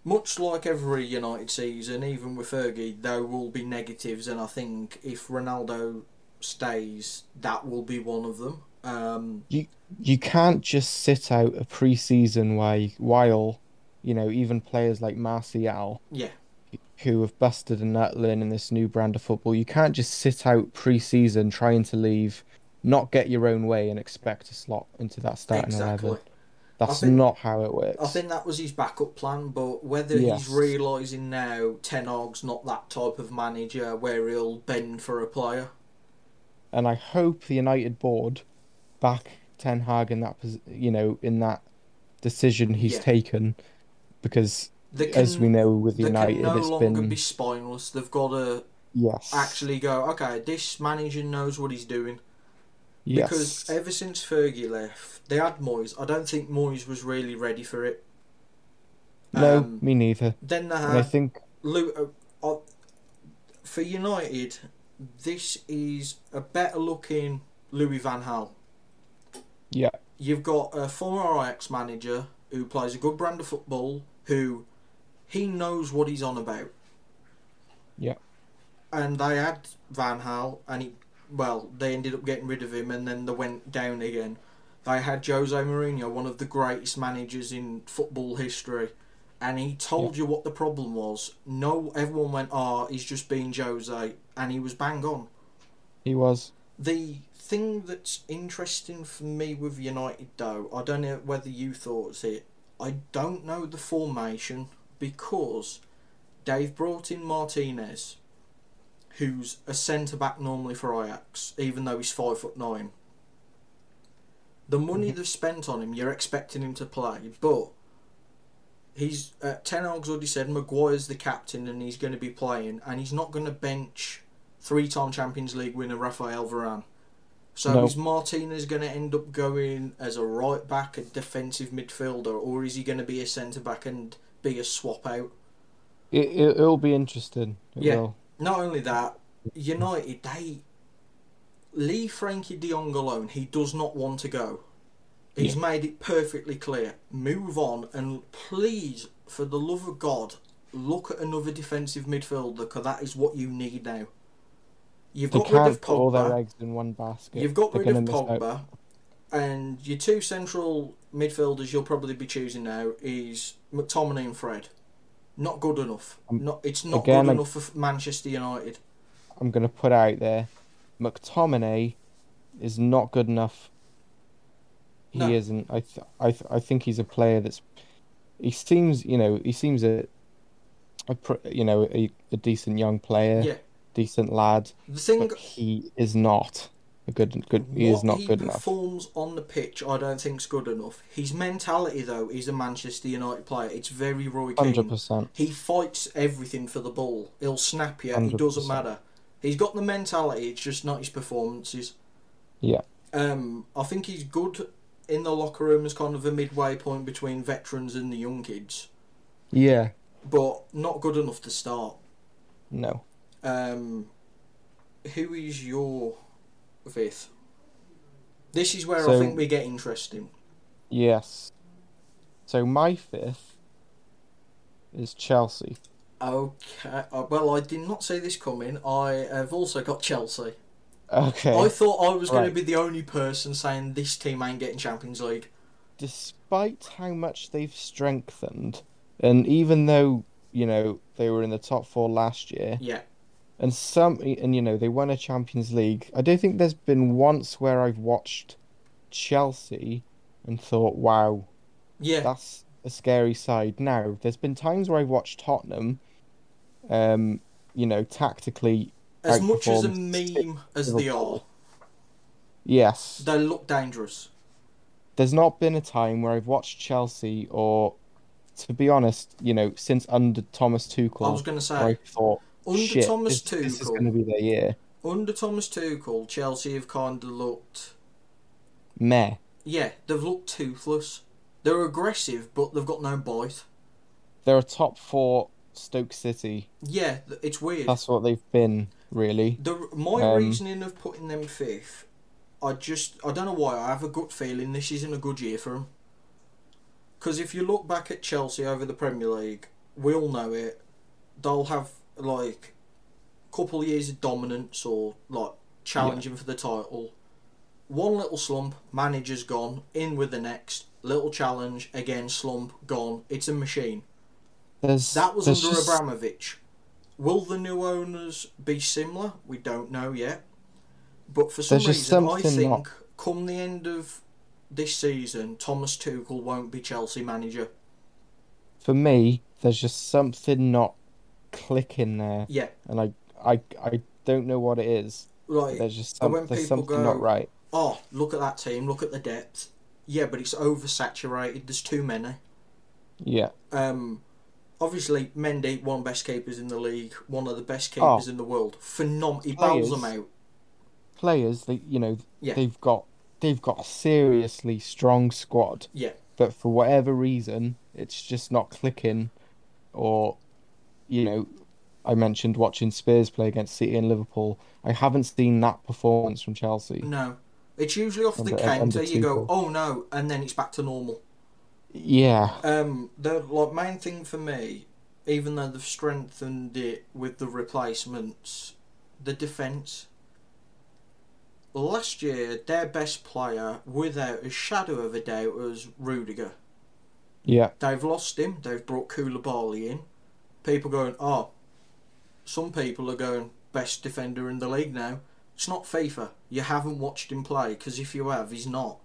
Speaker 1: much like every United season, even with Fergie, there will be negatives, and I think if Ronaldo stays, that will be one of them. Um,
Speaker 2: You can't just sit out a pre-season while, while you know even players like Martial
Speaker 1: yeah,
Speaker 2: who have busted a nut learning this new brand of football. You can't just sit out pre season trying to leave not get your own way and expect a slot into that starting
Speaker 1: exactly.
Speaker 2: eleven. That's
Speaker 1: think-
Speaker 2: not how it works.
Speaker 1: I think that was his backup plan, but whether
Speaker 2: Yes.
Speaker 1: he's realising now Ten Hag's not that type of manager where he'll bend for a player.
Speaker 2: and I hope the United board back Ten Hag in that pos- you know in that decision he's
Speaker 1: Yeah.
Speaker 2: taken because
Speaker 1: They can,
Speaker 2: as we know with
Speaker 1: they
Speaker 2: United
Speaker 1: can no
Speaker 2: it's
Speaker 1: longer
Speaker 2: been
Speaker 1: be spineless. They've got to
Speaker 2: yes
Speaker 1: actually go, okay, this manager knows what he's doing.
Speaker 2: yes
Speaker 1: Because ever since Fergie left, they had Moyes. I don't think Moyes was really ready for it.
Speaker 2: no
Speaker 1: um, uh,
Speaker 2: me neither
Speaker 1: Then they
Speaker 2: and I
Speaker 1: had
Speaker 2: think
Speaker 1: Lu- uh, uh, for United, this is a better looking Louis Van Gaal.
Speaker 2: Yeah.
Speaker 1: You've got a former Ajax manager who plays a good brand of football, who he knows what he's on about.
Speaker 2: Yeah.
Speaker 1: And they had Van Gaal, and he, well, they ended up getting rid of him, and then they went down again. They had Jose Mourinho, one of the greatest managers in football history and he told you what the problem was. No, everyone went, "Ah, he's just being Jose," and he was bang on.
Speaker 2: he was
Speaker 1: The thing that's interesting for me with United, though, I don't know whether you thought it's it. I don't know the formation because they've brought in Martinez, who's a centre back normally for Ajax, even though he's five foot nine. The money they've spent on him, you're expecting him to play, but he's uh, Ten Hag's already said Maguire's the captain and he's going to be playing, and he's not going to bench three-time Champions League winner Rafael Varane. So
Speaker 2: No.
Speaker 1: is Martinez going to end up going as a right back, a defensive midfielder, or is he going to be a centre back and be a swap out?
Speaker 2: it, it it'll be interesting it
Speaker 1: Yeah.
Speaker 2: will
Speaker 1: Not only that, United they leave Frankie De Jong alone. He does not want to go. He's made it perfectly clear. Move on and please, for the love of God, look at another defensive midfielder because that is what you need now. You've
Speaker 2: they
Speaker 1: got rid
Speaker 2: can't
Speaker 1: of
Speaker 2: put all their
Speaker 1: Pogba.
Speaker 2: eggs in one basket
Speaker 1: You've got
Speaker 2: They're
Speaker 1: rid of
Speaker 2: gonna miss out.
Speaker 1: Pogba, and your two central midfielders you'll probably be choosing now is McTominay and Fred. Not good enough.
Speaker 2: Um,
Speaker 1: Not it's not
Speaker 2: again,
Speaker 1: good
Speaker 2: I'm-
Speaker 1: enough for Manchester United.
Speaker 2: I'm gonna put out there McTominay is not good enough he
Speaker 1: No.
Speaker 2: isn't. I th- I th- I think he's a player that's. He seems, you know, he seems a, a pr- you know, a, a decent young player,
Speaker 1: Yeah.
Speaker 2: decent lad,
Speaker 1: The thing
Speaker 2: but he is not a good good. He is
Speaker 1: what
Speaker 2: not
Speaker 1: he
Speaker 2: good enough.
Speaker 1: performs on the pitch, I don't think's good enough. His mentality, though, is a Manchester United player. It's very Roy
Speaker 2: Hundred
Speaker 1: Keane.
Speaker 2: percent.
Speaker 1: He fights everything for the ball. He'll snap you. It
Speaker 2: 100%.
Speaker 1: doesn't matter. He's got the mentality. It's just not his performances.
Speaker 2: Yeah.
Speaker 1: Um, I think he's good in the locker room as kind of a midway point between veterans and the young kids,
Speaker 2: Yeah.
Speaker 1: but not good enough to start.
Speaker 2: No.
Speaker 1: Um, who is your fifth? This is where I
Speaker 2: So-
Speaker 1: think we get interesting.
Speaker 2: Yes. So my fifth is Chelsea.
Speaker 1: Okay. Uh, well, I did not see this coming. I have also got Chelsea.
Speaker 2: Okay.
Speaker 1: I thought I was going
Speaker 2: Right.
Speaker 1: to be the only person saying this team ain't getting Champions League.
Speaker 2: despite how much they've strengthened, and even though you know they were in the top four last year,
Speaker 1: Yeah.
Speaker 2: and some, and you know they won a Champions League, I don't think there's been once where I've watched Chelsea and thought, "Wow,
Speaker 1: Yeah.
Speaker 2: that's a scary side." Now, there's been times where I've watched Tottenham, um, you know, tactically,
Speaker 1: as much as a
Speaker 2: outperformed
Speaker 1: meme as they are,
Speaker 2: Liverpool. yes,
Speaker 1: they look dangerous.
Speaker 2: there's not been a time where I've watched Chelsea or, to be honest, you know, since under Thomas
Speaker 1: I was
Speaker 2: Tuchel,
Speaker 1: going to
Speaker 2: where I
Speaker 1: say,
Speaker 2: thought,
Speaker 1: under
Speaker 2: shit,
Speaker 1: Thomas
Speaker 2: this, this is
Speaker 1: Tuchel-
Speaker 2: going to be their year.
Speaker 1: under Thomas Tuchel, Chelsea have kind of looked.
Speaker 2: Meh.
Speaker 1: Yeah, they've looked toothless. They're aggressive, but they've got no bite.
Speaker 2: They're a top four Stoke City.
Speaker 1: Yeah, th- it's weird.
Speaker 2: That's what they've been, really.
Speaker 1: The my
Speaker 2: Um,
Speaker 1: reasoning of putting them fifth, I just I don't know why I have a gut feeling this isn't a good year for them. Because if you look back at Chelsea over the Premier League, we all know it. They'll have like couple of years of dominance or like challenging for the title. One little slump, manager's gone. In with the next little challenge again, slump gone. It's a machine.
Speaker 2: There's
Speaker 1: That was
Speaker 2: there's
Speaker 1: under
Speaker 2: just-
Speaker 1: Abramovich. Will the new owners be similar? We don't know yet. But for some
Speaker 2: There's just
Speaker 1: reason, I
Speaker 2: something
Speaker 1: think
Speaker 2: not-
Speaker 1: come the end of this season, Thomas Tuchel won't be Chelsea manager.
Speaker 2: For me, there's just something not clicking there,
Speaker 1: Yeah,
Speaker 2: and I I I don't know what it is. but
Speaker 1: right.
Speaker 2: There's just
Speaker 1: and when
Speaker 2: some, there's
Speaker 1: people
Speaker 2: something
Speaker 1: go-
Speaker 2: not right.
Speaker 1: Oh, look at that team. Look at the depth. Yeah, but it's oversaturated. There's too many.
Speaker 2: Yeah,
Speaker 1: Um, obviously, Mendy, one of the best keepers in the league, one of the best
Speaker 2: Oh.
Speaker 1: keepers in the world. Phenom. He bowls
Speaker 2: Players.
Speaker 1: them out.
Speaker 2: players that you know
Speaker 1: Yeah.
Speaker 2: they've got they've got a seriously strong squad,
Speaker 1: Yeah,
Speaker 2: but for whatever reason, it's just not clicking. Or, you know, I mentioned watching Spurs play against City and Liverpool. I haven't seen that performance from Chelsea.
Speaker 1: no. It's usually off the
Speaker 2: Under- e-
Speaker 1: counter.
Speaker 2: under
Speaker 1: You go,
Speaker 2: Tuchel.
Speaker 1: oh no, and then it's back to normal.
Speaker 2: Yeah,
Speaker 1: Um, the like main thing for me, even though they've strengthened it with the replacements, the defense. Last year, their best player, without a shadow of a doubt, was Rudiger.
Speaker 2: yeah,
Speaker 1: They've lost him. They've brought Koulibaly in. People going, oh, some people are going best defender in the league now. It's not FIFA. You haven't watched him play because if you have, he's not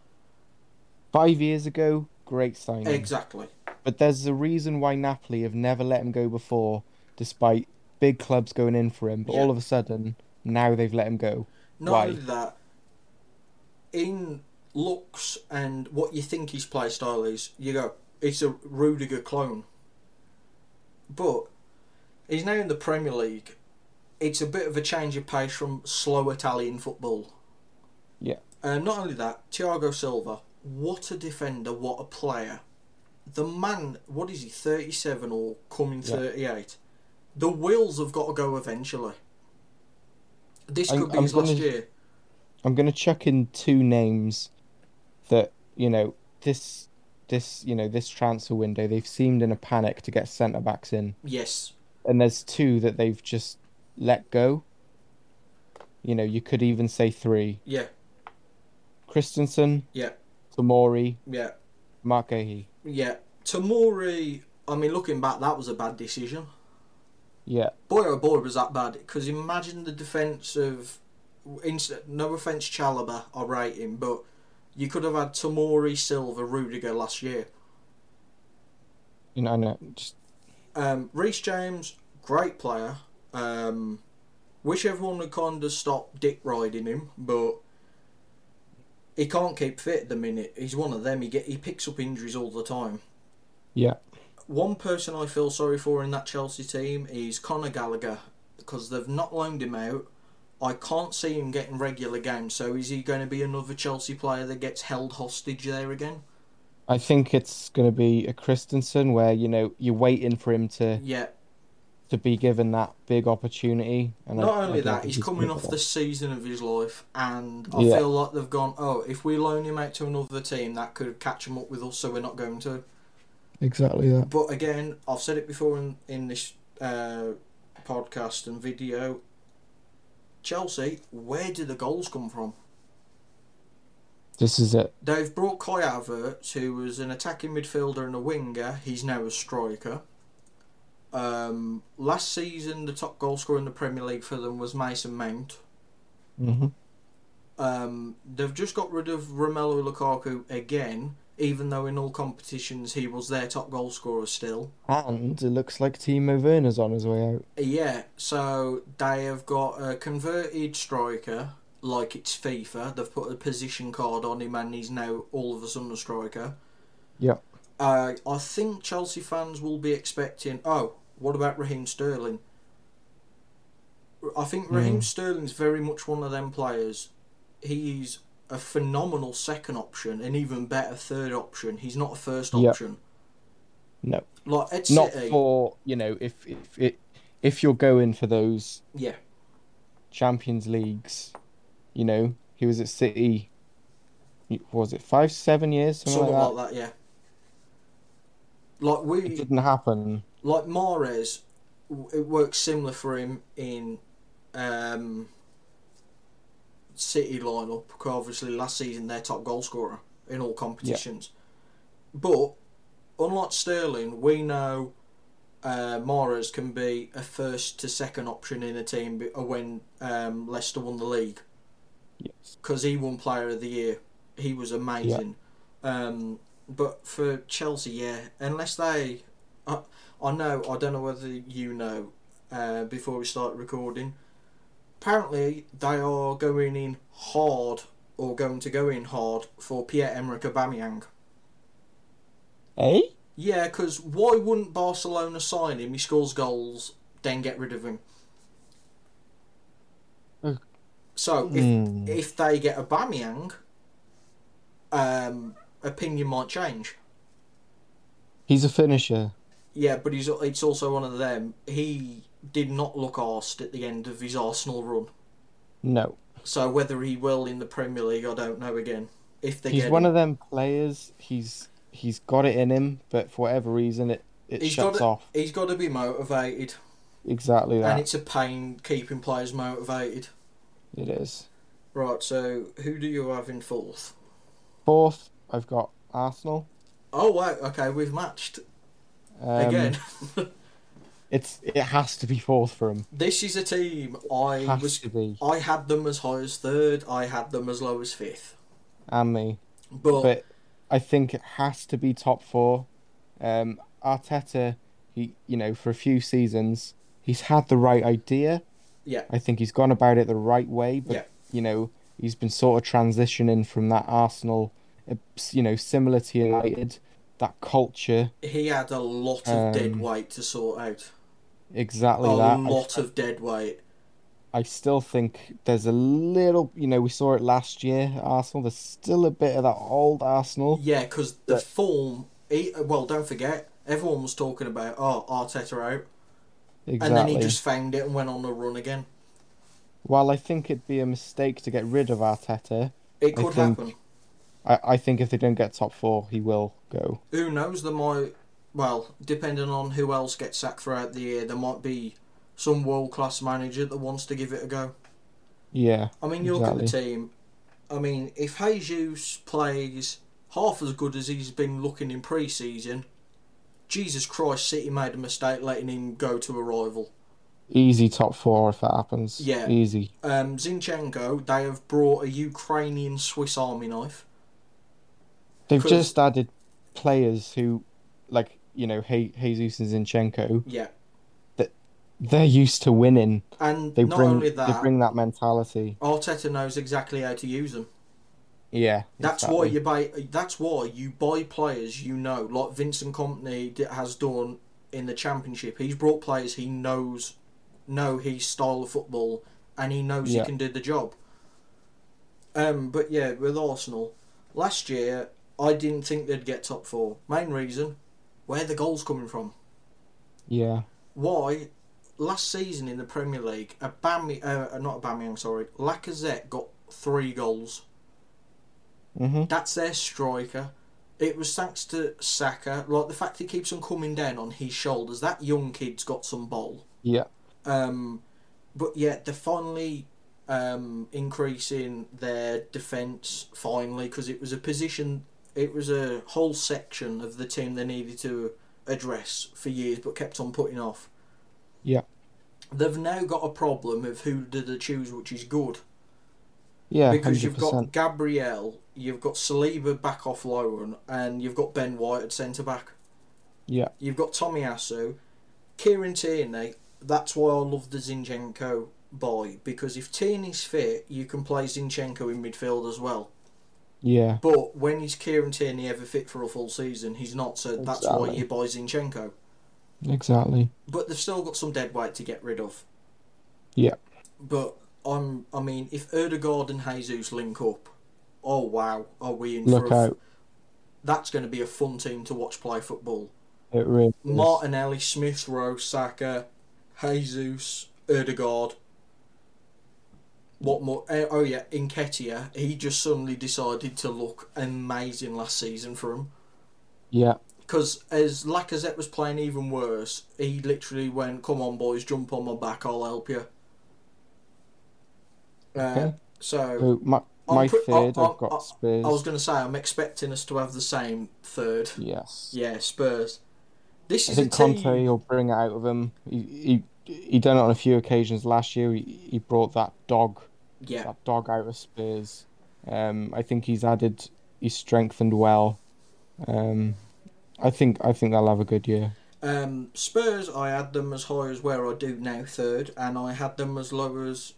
Speaker 2: five years ago, great signing.
Speaker 1: exactly.
Speaker 2: But there's a reason why Napoli have never let him go before, despite big clubs going in for him. But
Speaker 1: Yeah.
Speaker 2: all of a sudden, now they've let him go.
Speaker 1: Not
Speaker 2: Why?
Speaker 1: only that, in looks and what you think his play style is, you go, it's a Rudiger clone. But he's now in the Premier League. It's a bit of a change of pace from slow Italian football.
Speaker 2: Yeah.
Speaker 1: Um, not only that, Thiago Silva, what a defender, what a player. The man, what is he, 37 or coming
Speaker 2: Yeah.
Speaker 1: 38? The wheels have got to go eventually. This
Speaker 2: I'm-
Speaker 1: could be
Speaker 2: I'm
Speaker 1: his last
Speaker 2: gonna-
Speaker 1: year.
Speaker 2: I'm gonna chuck in two names that you know this this you know this transfer window they've seemed in a panic to get centre backs in,
Speaker 1: Yes.
Speaker 2: and there's two that they've just let go. You know, you could even say three:
Speaker 1: Yeah.
Speaker 2: Christensen,
Speaker 1: Yeah.
Speaker 2: Tamori,
Speaker 1: Yeah.
Speaker 2: Mark Gahey.
Speaker 1: Yeah. Tamori. I mean, looking back, that was a bad decision.
Speaker 2: Yeah,
Speaker 1: Boy, oh boy, was that bad. Because imagine the defence of. inst- No offence, Chalaba, I rate him, but you could have had Tamori, Silva, Rudiger last year.
Speaker 2: you know, I know, just
Speaker 1: Um, Reece James, great player. Um, wish everyone had kind of stopped dick riding him, but he can't keep fit at the minute. He's one of them. He get he picks up injuries all the time.
Speaker 2: yeah,
Speaker 1: One person I feel sorry for in that Chelsea team is Conor Gallagher because they've not loaned him out. I can't see him getting regular games, so is he going to be another Chelsea player that gets held hostage there again?
Speaker 2: I think it's gonna be a Christensen where you know you're waiting for him to
Speaker 1: Yeah.
Speaker 2: to be given that big opportunity. And I-
Speaker 1: Not
Speaker 2: I
Speaker 1: only
Speaker 2: don't
Speaker 1: that,
Speaker 2: think
Speaker 1: he's
Speaker 2: gonna
Speaker 1: coming
Speaker 2: get
Speaker 1: off
Speaker 2: that.
Speaker 1: the season of his life, and I
Speaker 2: Yeah.
Speaker 1: feel like they've gone, oh, if we loan him out to another team, that could catch him up with us, so we're not going to.
Speaker 2: exactly that.
Speaker 1: But again, I've said it before in, in this uh, podcast and video Chelsea, where do the goals come from?
Speaker 2: This is it.
Speaker 1: They've brought Kai Havertz, who was an attacking midfielder and a winger. He's now a striker. Um, last season, the top goal scorer in the Premier League for them was Mason Mount.
Speaker 2: Mm-hmm.
Speaker 1: Um, they've just got rid of Romelu Lukaku again, even though in all competitions he was their top goal scorer still.
Speaker 2: And it looks like Timo Werner's on his way out.
Speaker 1: Yeah, so they have got a converted striker, like it's FIFA. They've put a position card on him and he's now all of a sudden a striker.
Speaker 2: Yeah.
Speaker 1: Uh, I think Chelsea fans will be expecting, oh, what about Raheem Sterling? I think Raheem
Speaker 2: Hmm.
Speaker 1: Sterling's very much one of them players. He's a phenomenal second option, an even better third option. He's not a first
Speaker 2: Yeah.
Speaker 1: option.
Speaker 2: No.
Speaker 1: Like at
Speaker 2: Not
Speaker 1: City,
Speaker 2: for you know if if it if you're going for those
Speaker 1: yeah,
Speaker 2: Champions Leagues, you know he was at City. what Was it five seven years something,
Speaker 1: something
Speaker 2: like that?
Speaker 1: like that, yeah. Like
Speaker 2: It
Speaker 1: we,
Speaker 2: didn't happen.
Speaker 1: like Mares, it works similar for him in um, City lineup. 'cause Obviously, last season their top goal scorer in all competitions. But unlike Sterling, we know uh, Mares can be a first to second option in a team be- uh, when um, Leicester won the league.
Speaker 2: Yes.
Speaker 1: because he won Player of the Year. He was amazing. Um, but for Chelsea, yeah, unless they, I, I know, I don't know whether you know, uh, before we start recording, apparently they are going in hard or going to go in hard for Pierre Emerick Aubameyang.
Speaker 2: Eh?
Speaker 1: Yeah, because why wouldn't Barcelona sign him? He scores goals, then get rid of him.
Speaker 2: Oh.
Speaker 1: So if
Speaker 2: Mm.
Speaker 1: if they get Aubameyang, um, opinion might change.
Speaker 2: He's a finisher.
Speaker 1: Yeah, but he's it's also one of them. He did not look arsed at the end of his Arsenal run.
Speaker 2: No.
Speaker 1: So whether he will in the Premier League, I don't know. Again, if they
Speaker 2: he's
Speaker 1: get
Speaker 2: one
Speaker 1: him.
Speaker 2: of them players. He's he's got it in him, but for whatever reason, it it
Speaker 1: He's got
Speaker 2: shuts
Speaker 1: it-
Speaker 2: off.
Speaker 1: he's got to be motivated,
Speaker 2: Exactly
Speaker 1: and
Speaker 2: that.
Speaker 1: it's a pain keeping players motivated.
Speaker 2: It is
Speaker 1: Right. So who do you have in fourth?
Speaker 2: fourth. I've got Arsenal
Speaker 1: Oh wow. Okay, we've matched
Speaker 2: um,
Speaker 1: again.
Speaker 2: It's it has to be fourth for him.
Speaker 1: this is a team I
Speaker 2: Has
Speaker 1: was.
Speaker 2: to be.
Speaker 1: I had them as high as third. I had them as low as fifth.
Speaker 2: And me,
Speaker 1: But,
Speaker 2: but I think it has to be top four. Um, Arteta, he you know for a few seasons he's had the right idea.
Speaker 1: Yeah.
Speaker 2: I think he's gone about it the right way, but
Speaker 1: Yeah.
Speaker 2: you know he's been sort of transitioning from that Arsenal, uh, s- you know, similar to United, that culture
Speaker 1: he had a lot of dead
Speaker 2: Um,
Speaker 1: weight to sort out. A
Speaker 2: exactly that. I-
Speaker 1: lot of dead weight.
Speaker 2: I still think there's a little, you know, we saw it last year, Arsenal. There's still a bit of that old Arsenal.
Speaker 1: Yeah, because the
Speaker 2: But-
Speaker 1: form. He, well, don't forget, everyone was talking about oh Arteta out, and
Speaker 2: Exactly.
Speaker 1: then he just found it and went on a run again.
Speaker 2: While I think it'd be a mistake to get rid of Arteta,
Speaker 1: It
Speaker 2: I
Speaker 1: could
Speaker 2: think-
Speaker 1: happen.
Speaker 2: I, I think if they don't get top four, he will go.
Speaker 1: Who knows? There might. Well, depending on who else gets sacked throughout the year, there might be some world class manager that wants to give it a go.
Speaker 2: Yeah,
Speaker 1: I mean, you look at the team. I mean, if Jesus plays half as good as he's been looking in pre-season, Jesus Christ, City made a mistake letting him go to a rival.
Speaker 2: easy top four if that happens.
Speaker 1: Yeah.
Speaker 2: easy.
Speaker 1: Um, Zinchenko, they have brought a Ukrainian Swiss Army knife.
Speaker 2: They've
Speaker 1: Cause-
Speaker 2: just added players who, like you know, Hey Jesus and Zinchenko.
Speaker 1: Yeah,
Speaker 2: They're used to winning.
Speaker 1: and
Speaker 2: They
Speaker 1: not
Speaker 2: bring
Speaker 1: only
Speaker 2: they
Speaker 1: that,
Speaker 2: bring that mentality.
Speaker 1: Arteta knows exactly how to use them.
Speaker 2: Yeah,
Speaker 1: That's
Speaker 2: exactly.
Speaker 1: why you buy. That's why you buy players you know, like Vincent Company d- has done in the Championship. He's brought players he knows, know his style of football, and he knows
Speaker 2: Yeah.
Speaker 1: he can do the job. Um, but yeah, with Arsenal last year, I didn't think they'd get top four. Main reason, where the goals coming from?
Speaker 2: Yeah,
Speaker 1: Why? Last season in the Premier League, a Bami, uh, not a Bamiang, sorry, Lacazette got three goals.
Speaker 2: mm-hmm.
Speaker 1: That's their striker. It was thanks to Saka. Like the fact he keeps on coming down on his shoulders. That young kid's got some ball.
Speaker 2: yeah.
Speaker 1: Um, but yet they're finally um, increasing their defence finally because it was a position, it was a whole section of the team they needed to address for years but kept on putting off.
Speaker 2: Yeah.
Speaker 1: They've now got a problem of who do they choose, which is good
Speaker 2: Yeah,
Speaker 1: because you have
Speaker 2: 100%.
Speaker 1: got Gabriel, you've got Saliba back off loan, and you've got Ben White at centre back.
Speaker 2: Yeah.
Speaker 1: You've got Tommy Asu, Kieran Tierney. That's why I love the Zinchenko buy because if Tierney's fit, you can play Zinchenko in midfield as well.
Speaker 2: yeah,
Speaker 1: But when is Kieran Tierney ever fit for a full season? He's not, so that's why
Speaker 2: Exactly.
Speaker 1: you buy Zinchenko.
Speaker 2: exactly.
Speaker 1: But they've still got some dead weight to get rid of.
Speaker 2: Yeah.
Speaker 1: But I'm, I mean, if Erdegaard and Jesus link up, oh wow, are we in
Speaker 2: Look
Speaker 1: for a,
Speaker 2: out.
Speaker 1: that's going to be a fun team to watch play football.
Speaker 2: It really is.
Speaker 1: Martinelli, Smith Rowe, Saka, Jesus, Erdegaard. What more? eh, Oh yeah, Inketia. He just suddenly decided to look amazing last season for him.
Speaker 2: Yeah,
Speaker 1: Because as Lacazette was playing even worse, he literally went, "Come on, boys, jump on my back. I'll help you." Uh,
Speaker 2: Okay.
Speaker 1: So
Speaker 2: so my,
Speaker 1: I'm
Speaker 2: my
Speaker 1: pre- I-
Speaker 2: 3rd
Speaker 1: I-
Speaker 2: I've got
Speaker 1: I-
Speaker 2: Spurs.
Speaker 1: I was going to say, I'm expecting us to have the same third.
Speaker 2: Yes.
Speaker 1: Yeah, Spurs. This
Speaker 2: I
Speaker 1: is
Speaker 2: think
Speaker 1: a team.
Speaker 2: Conte will bring it out of him. He, he he done it on a few occasions last year. He, he brought that dog
Speaker 1: Yeah,
Speaker 2: that dog out of Spurs. Um, I think he's added, he's strengthened well. Um, I think I think they'll have a good year.
Speaker 1: um, Spurs. I had them as high as where I do now, third, and I had them as low as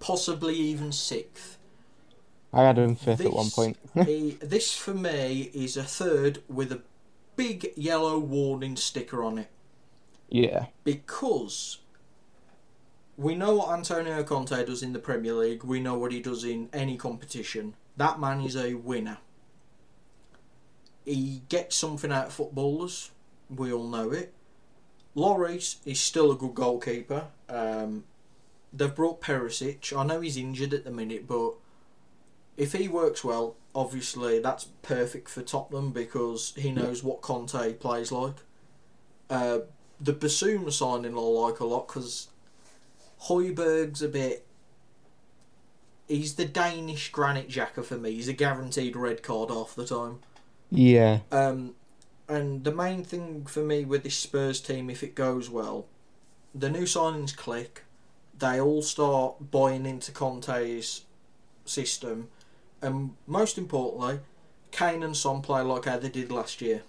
Speaker 1: possibly even sixth.
Speaker 2: I had him fifth at one
Speaker 1: This-
Speaker 2: point.
Speaker 1: Eh, this for me is a third with a big yellow warning sticker on it.
Speaker 2: yeah,
Speaker 1: because we know what Antonio Conte does in the Premier League. We know what he does in any competition. That man is a winner. He gets something out of footballers. We all know it. Lloris is still a good goalkeeper. Um, they've brought Perisic. I know he's injured at the minute, but if he works well, obviously that's perfect for Tottenham because he knows what Conte plays like. Uh, the Basuma signing I like a lot because Hoiberg's a bit. He's the Danish granite jacker for me. He's a guaranteed red card half the time.
Speaker 2: yeah,
Speaker 1: Um, and the main thing for me with this Spurs team, if it goes well, the new signings click. They all start buying into Conte's system, and most importantly, Kane and Son play like how they did last year.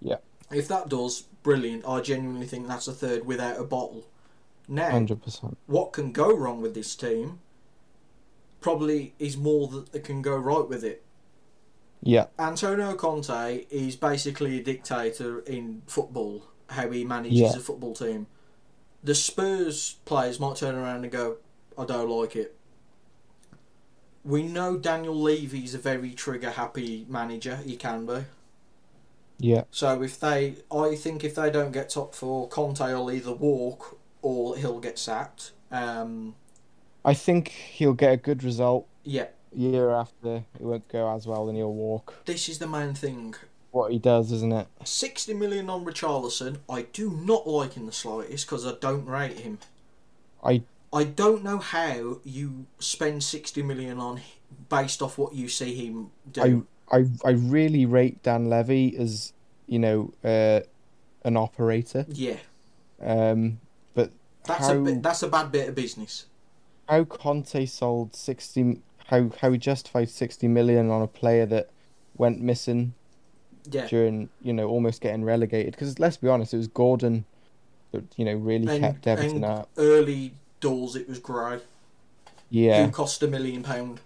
Speaker 2: Yeah.
Speaker 1: If that does, brilliant. I genuinely think that's a third without a bottle. Now,
Speaker 2: hundred percent.
Speaker 1: what can go wrong with this team? Probably is more that can go right with it.
Speaker 2: Yeah,
Speaker 1: Antonio Conte is basically a dictator in football, how he manages
Speaker 2: Yeah.
Speaker 1: a football team. The Spurs players might turn around and go, I don't like it. We know Daniel Levy's a very trigger happy manager, he can be.
Speaker 2: yeah,
Speaker 1: So if they I think if they don't get top four, Conte will either walk or he'll get sacked. Um
Speaker 2: I think he'll get a good result.
Speaker 1: yeah,
Speaker 2: Year after it won't go as well, and he'll walk.
Speaker 1: this is the main thing.
Speaker 2: What he does, isn't it?
Speaker 1: 60 million on Richarlison, I do not like in the slightest because I don't rate him.
Speaker 2: I
Speaker 1: I don't know how you spend 60 million on h- based off what you see him
Speaker 2: I
Speaker 1: do.
Speaker 2: I I really rate Dan Levy as you know uh, an operator.
Speaker 1: yeah,
Speaker 2: Um, but
Speaker 1: that's
Speaker 2: how
Speaker 1: a bit, that's a bad bit of business.
Speaker 2: how Conte sold sixty m- how how he justified sixty million on a player that went missing
Speaker 1: Yeah,
Speaker 2: during you know almost getting relegated because let's be honest it was Gordon that you know really
Speaker 1: And-
Speaker 2: kept everything
Speaker 1: and-
Speaker 2: up.
Speaker 1: early doors it was grey.
Speaker 2: Yeah.
Speaker 1: Who cost a million pound?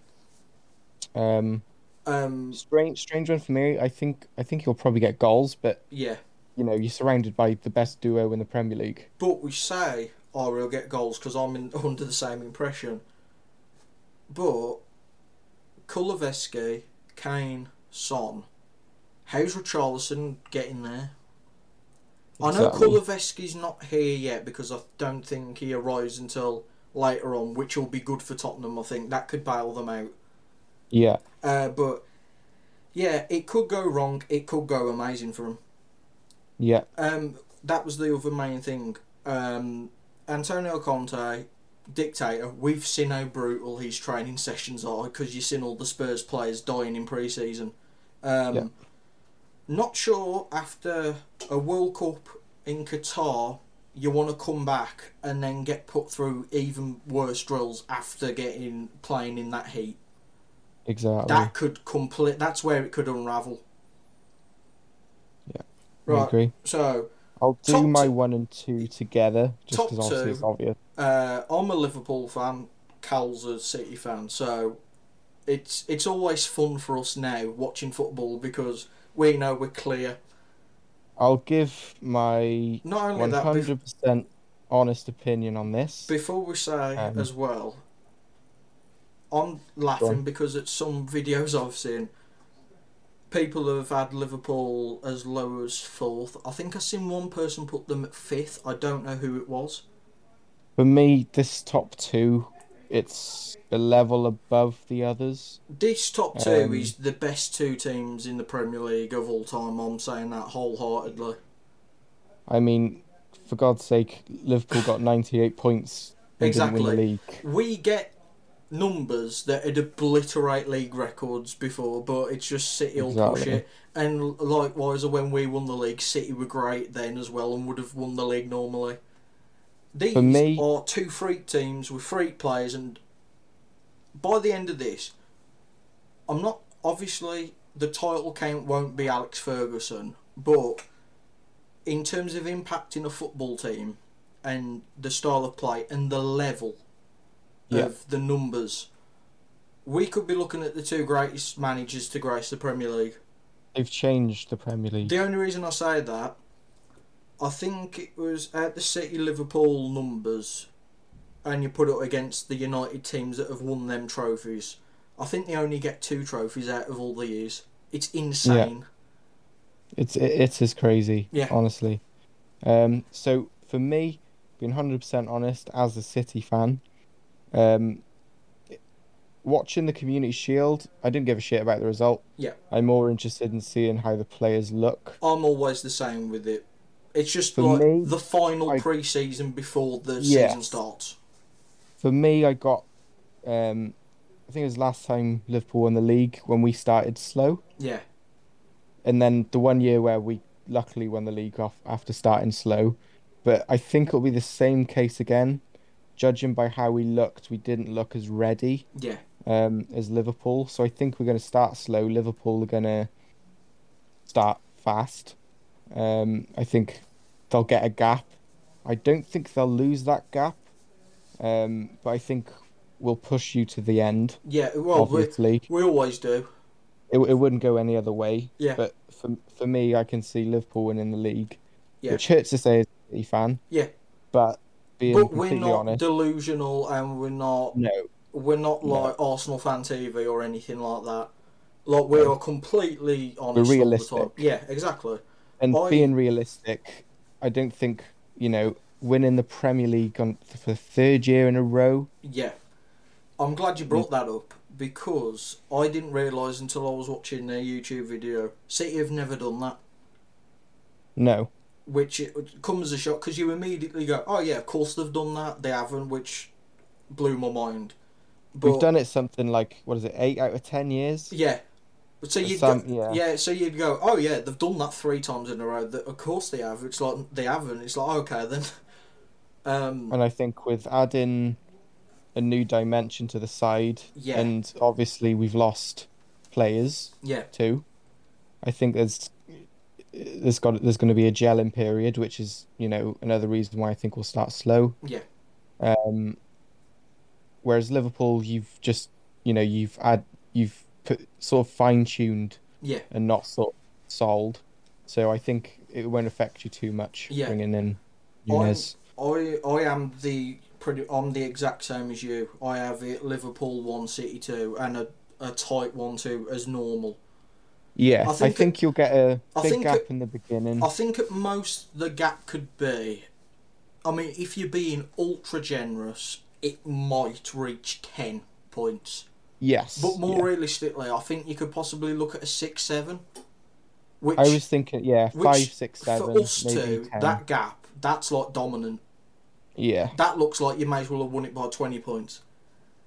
Speaker 2: Um,
Speaker 1: Um,
Speaker 2: strange strange one for me. I think I think he'll probably get goals, but
Speaker 1: yeah,
Speaker 2: you know you're surrounded by the best duo in the Premier League.
Speaker 1: but we say oh he'll get goals because I'm in, under the same impression. But Kulaveski, Kane, Son, how's Richarlison getting there? I know
Speaker 2: Exactly.
Speaker 1: Kulaveski's not here yet because I don't think he arrives until later on, which will be good for Tottenham. I think that could bail them out.
Speaker 2: Yeah.
Speaker 1: Uh, but yeah, it could go wrong. It could go amazing for him.
Speaker 2: Yeah.
Speaker 1: Um, that was the other main thing. Um, Antonio Conte, dictator. We've seen how brutal his training sessions are because you've seen all the Spurs players dying in pre-season. Um,
Speaker 2: Yeah.
Speaker 1: Not sure after a World Cup in Qatar, you want to come back and then get put through even worse drills after getting playing in that heat.
Speaker 2: Exactly.
Speaker 1: That could complete. That's where it could unravel.
Speaker 2: Yeah, I
Speaker 1: Right.
Speaker 2: agree.
Speaker 1: So.
Speaker 2: I'll do
Speaker 1: Top
Speaker 2: my
Speaker 1: two-
Speaker 2: one and two together, just
Speaker 1: Top
Speaker 2: because obviously
Speaker 1: two.
Speaker 2: it's obvious.
Speaker 1: Uh, I'm a Liverpool fan. Cal's a City fan, so it's it's always fun for us now watching football because we know we're clear.
Speaker 2: I'll give my
Speaker 1: Not only
Speaker 2: one
Speaker 1: that, bef-
Speaker 2: hundred percent honest opinion on this.
Speaker 1: before we say
Speaker 2: Um,
Speaker 1: as well, I'm
Speaker 2: Go
Speaker 1: laughing
Speaker 2: on.
Speaker 1: because at some videos I've seen, people have had Liverpool as low as fourth. I think I've seen one person put them at fifth. I don't know who it was.
Speaker 2: For me, this top two, it's a level above the others.
Speaker 1: This top two
Speaker 2: Um,
Speaker 1: is the best two teams in the Premier League of all time. I'm saying that wholeheartedly.
Speaker 2: I mean, for God's sake, Liverpool got ninety-eight points. They Didn't win the
Speaker 1: Exactly.
Speaker 2: league.
Speaker 1: we get numbers that would obliterate league records before, but it's just City will push
Speaker 2: Exactly.
Speaker 1: it. And likewise, when we won the league, City were great then as well and would have won the league normally. These
Speaker 2: me-
Speaker 1: are two freak teams with freak players and by the end of this, I'm not obviously the title count won't be Alex Ferguson, but in terms of impacting a football team and the style of play and the level
Speaker 2: Yeah.
Speaker 1: of the numbers, we could be looking at the two greatest managers to grace the Premier League.
Speaker 2: They've changed the Premier League.
Speaker 1: The only reason I say that, I think it was at the City Liverpool numbers, and you put it against the United teams that have won them trophies. I think they only get two trophies out of all the years. It's insane.
Speaker 2: It's it, it is crazy.
Speaker 1: Yeah.
Speaker 2: Honestly. Um. So for me, being hundred percent honest, as a City fan, um, watching the Community Shield, I didn't give a shit about the result.
Speaker 1: Yeah.
Speaker 2: I'm more interested in seeing how the players look.
Speaker 1: I'm always the same with it. It's just
Speaker 2: For
Speaker 1: like
Speaker 2: me,
Speaker 1: the final
Speaker 2: I-
Speaker 1: pre season before the
Speaker 2: Yeah.
Speaker 1: season starts.
Speaker 2: For me, I got, um, I think it was last time Liverpool won the league when we started slow,
Speaker 1: Yeah.
Speaker 2: and then the one year where we luckily won the league off after starting slow. But I think it'll be the same case again. Judging by how we looked, we didn't look as ready
Speaker 1: Yeah.
Speaker 2: um, as Liverpool. So I think we're going to start slow. Liverpool are going to start fast. Um, I think they'll get a gap. I don't think they'll lose that gap, um, but I think we'll push you to the end.
Speaker 1: Yeah. Well, we,
Speaker 2: obviously,
Speaker 1: we always do.
Speaker 2: it, it wouldn't go any other way.
Speaker 1: Yeah.
Speaker 2: But for for me, I can see Liverpool winning the league,
Speaker 1: Yeah.
Speaker 2: which hurts to say as a City fan.
Speaker 1: Yeah.
Speaker 2: But being
Speaker 1: But we're
Speaker 2: completely
Speaker 1: not
Speaker 2: honest,
Speaker 1: delusional and we're not
Speaker 2: no,
Speaker 1: we're not
Speaker 2: No.
Speaker 1: like Arsenal fan TV or anything like that. Like we
Speaker 2: No.
Speaker 1: are completely honest.
Speaker 2: We're
Speaker 1: all the
Speaker 2: realistic.
Speaker 1: time. Yeah, exactly.
Speaker 2: And
Speaker 1: I-
Speaker 2: being realistic, I don't think you know winning the Premier League on, for the third year in a row.
Speaker 1: Yeah, I'm glad you
Speaker 2: Mm.
Speaker 1: brought that up because I didn't realise until I was watching a YouTube video. City have never done that,
Speaker 2: No,
Speaker 1: which it comes as a shock because you immediately go, "Oh yeah, of course they've done that." They haven't, which blew my mind. But
Speaker 2: we've done it something like what is it, eight out of ten years?
Speaker 1: yeah. So you'd
Speaker 2: Some-
Speaker 1: go,
Speaker 2: yeah.
Speaker 1: yeah, so you'd go, oh yeah, they've done that three times in a row. That of course they have. It's like they haven't. It's like "Oh, okay then. Um,
Speaker 2: And I think with adding a new dimension to the side,
Speaker 1: Yeah.
Speaker 2: and obviously we've lost players
Speaker 1: Yeah,
Speaker 2: too. I think there's there's got there's going to be a gelling period, which is you know another reason why I think we'll start slow.
Speaker 1: yeah,
Speaker 2: Um, whereas Liverpool, you've just you know you've had you've put sort of fine tuned
Speaker 1: yeah,
Speaker 2: and not sort of sold, so I think it won't affect you too much
Speaker 1: Yeah.
Speaker 2: bringing in
Speaker 1: I'm-
Speaker 2: Nunes.
Speaker 1: I I am the pretty. I'm the exact same as you. I have it Liverpool one, City two, and a, a tight one two as normal.
Speaker 2: Yeah,
Speaker 1: I
Speaker 2: I
Speaker 1: think
Speaker 2: think, you'll get a
Speaker 1: I
Speaker 2: big
Speaker 1: think
Speaker 2: gap
Speaker 1: it-
Speaker 2: in the beginning.
Speaker 1: I think at most the gap could be. I mean, if you're being ultra generous, it might reach ten points.
Speaker 2: yes,
Speaker 1: But more
Speaker 2: yeah.
Speaker 1: realistically, I think you could possibly look at a six seven. Which
Speaker 2: I was thinking, yeah,
Speaker 1: which
Speaker 2: five, six, seven,
Speaker 1: for us
Speaker 2: maybe
Speaker 1: two,
Speaker 2: ten.
Speaker 1: that gap, that's like dominant.
Speaker 2: Yeah.
Speaker 1: That looks like you may as well have won it by twenty points.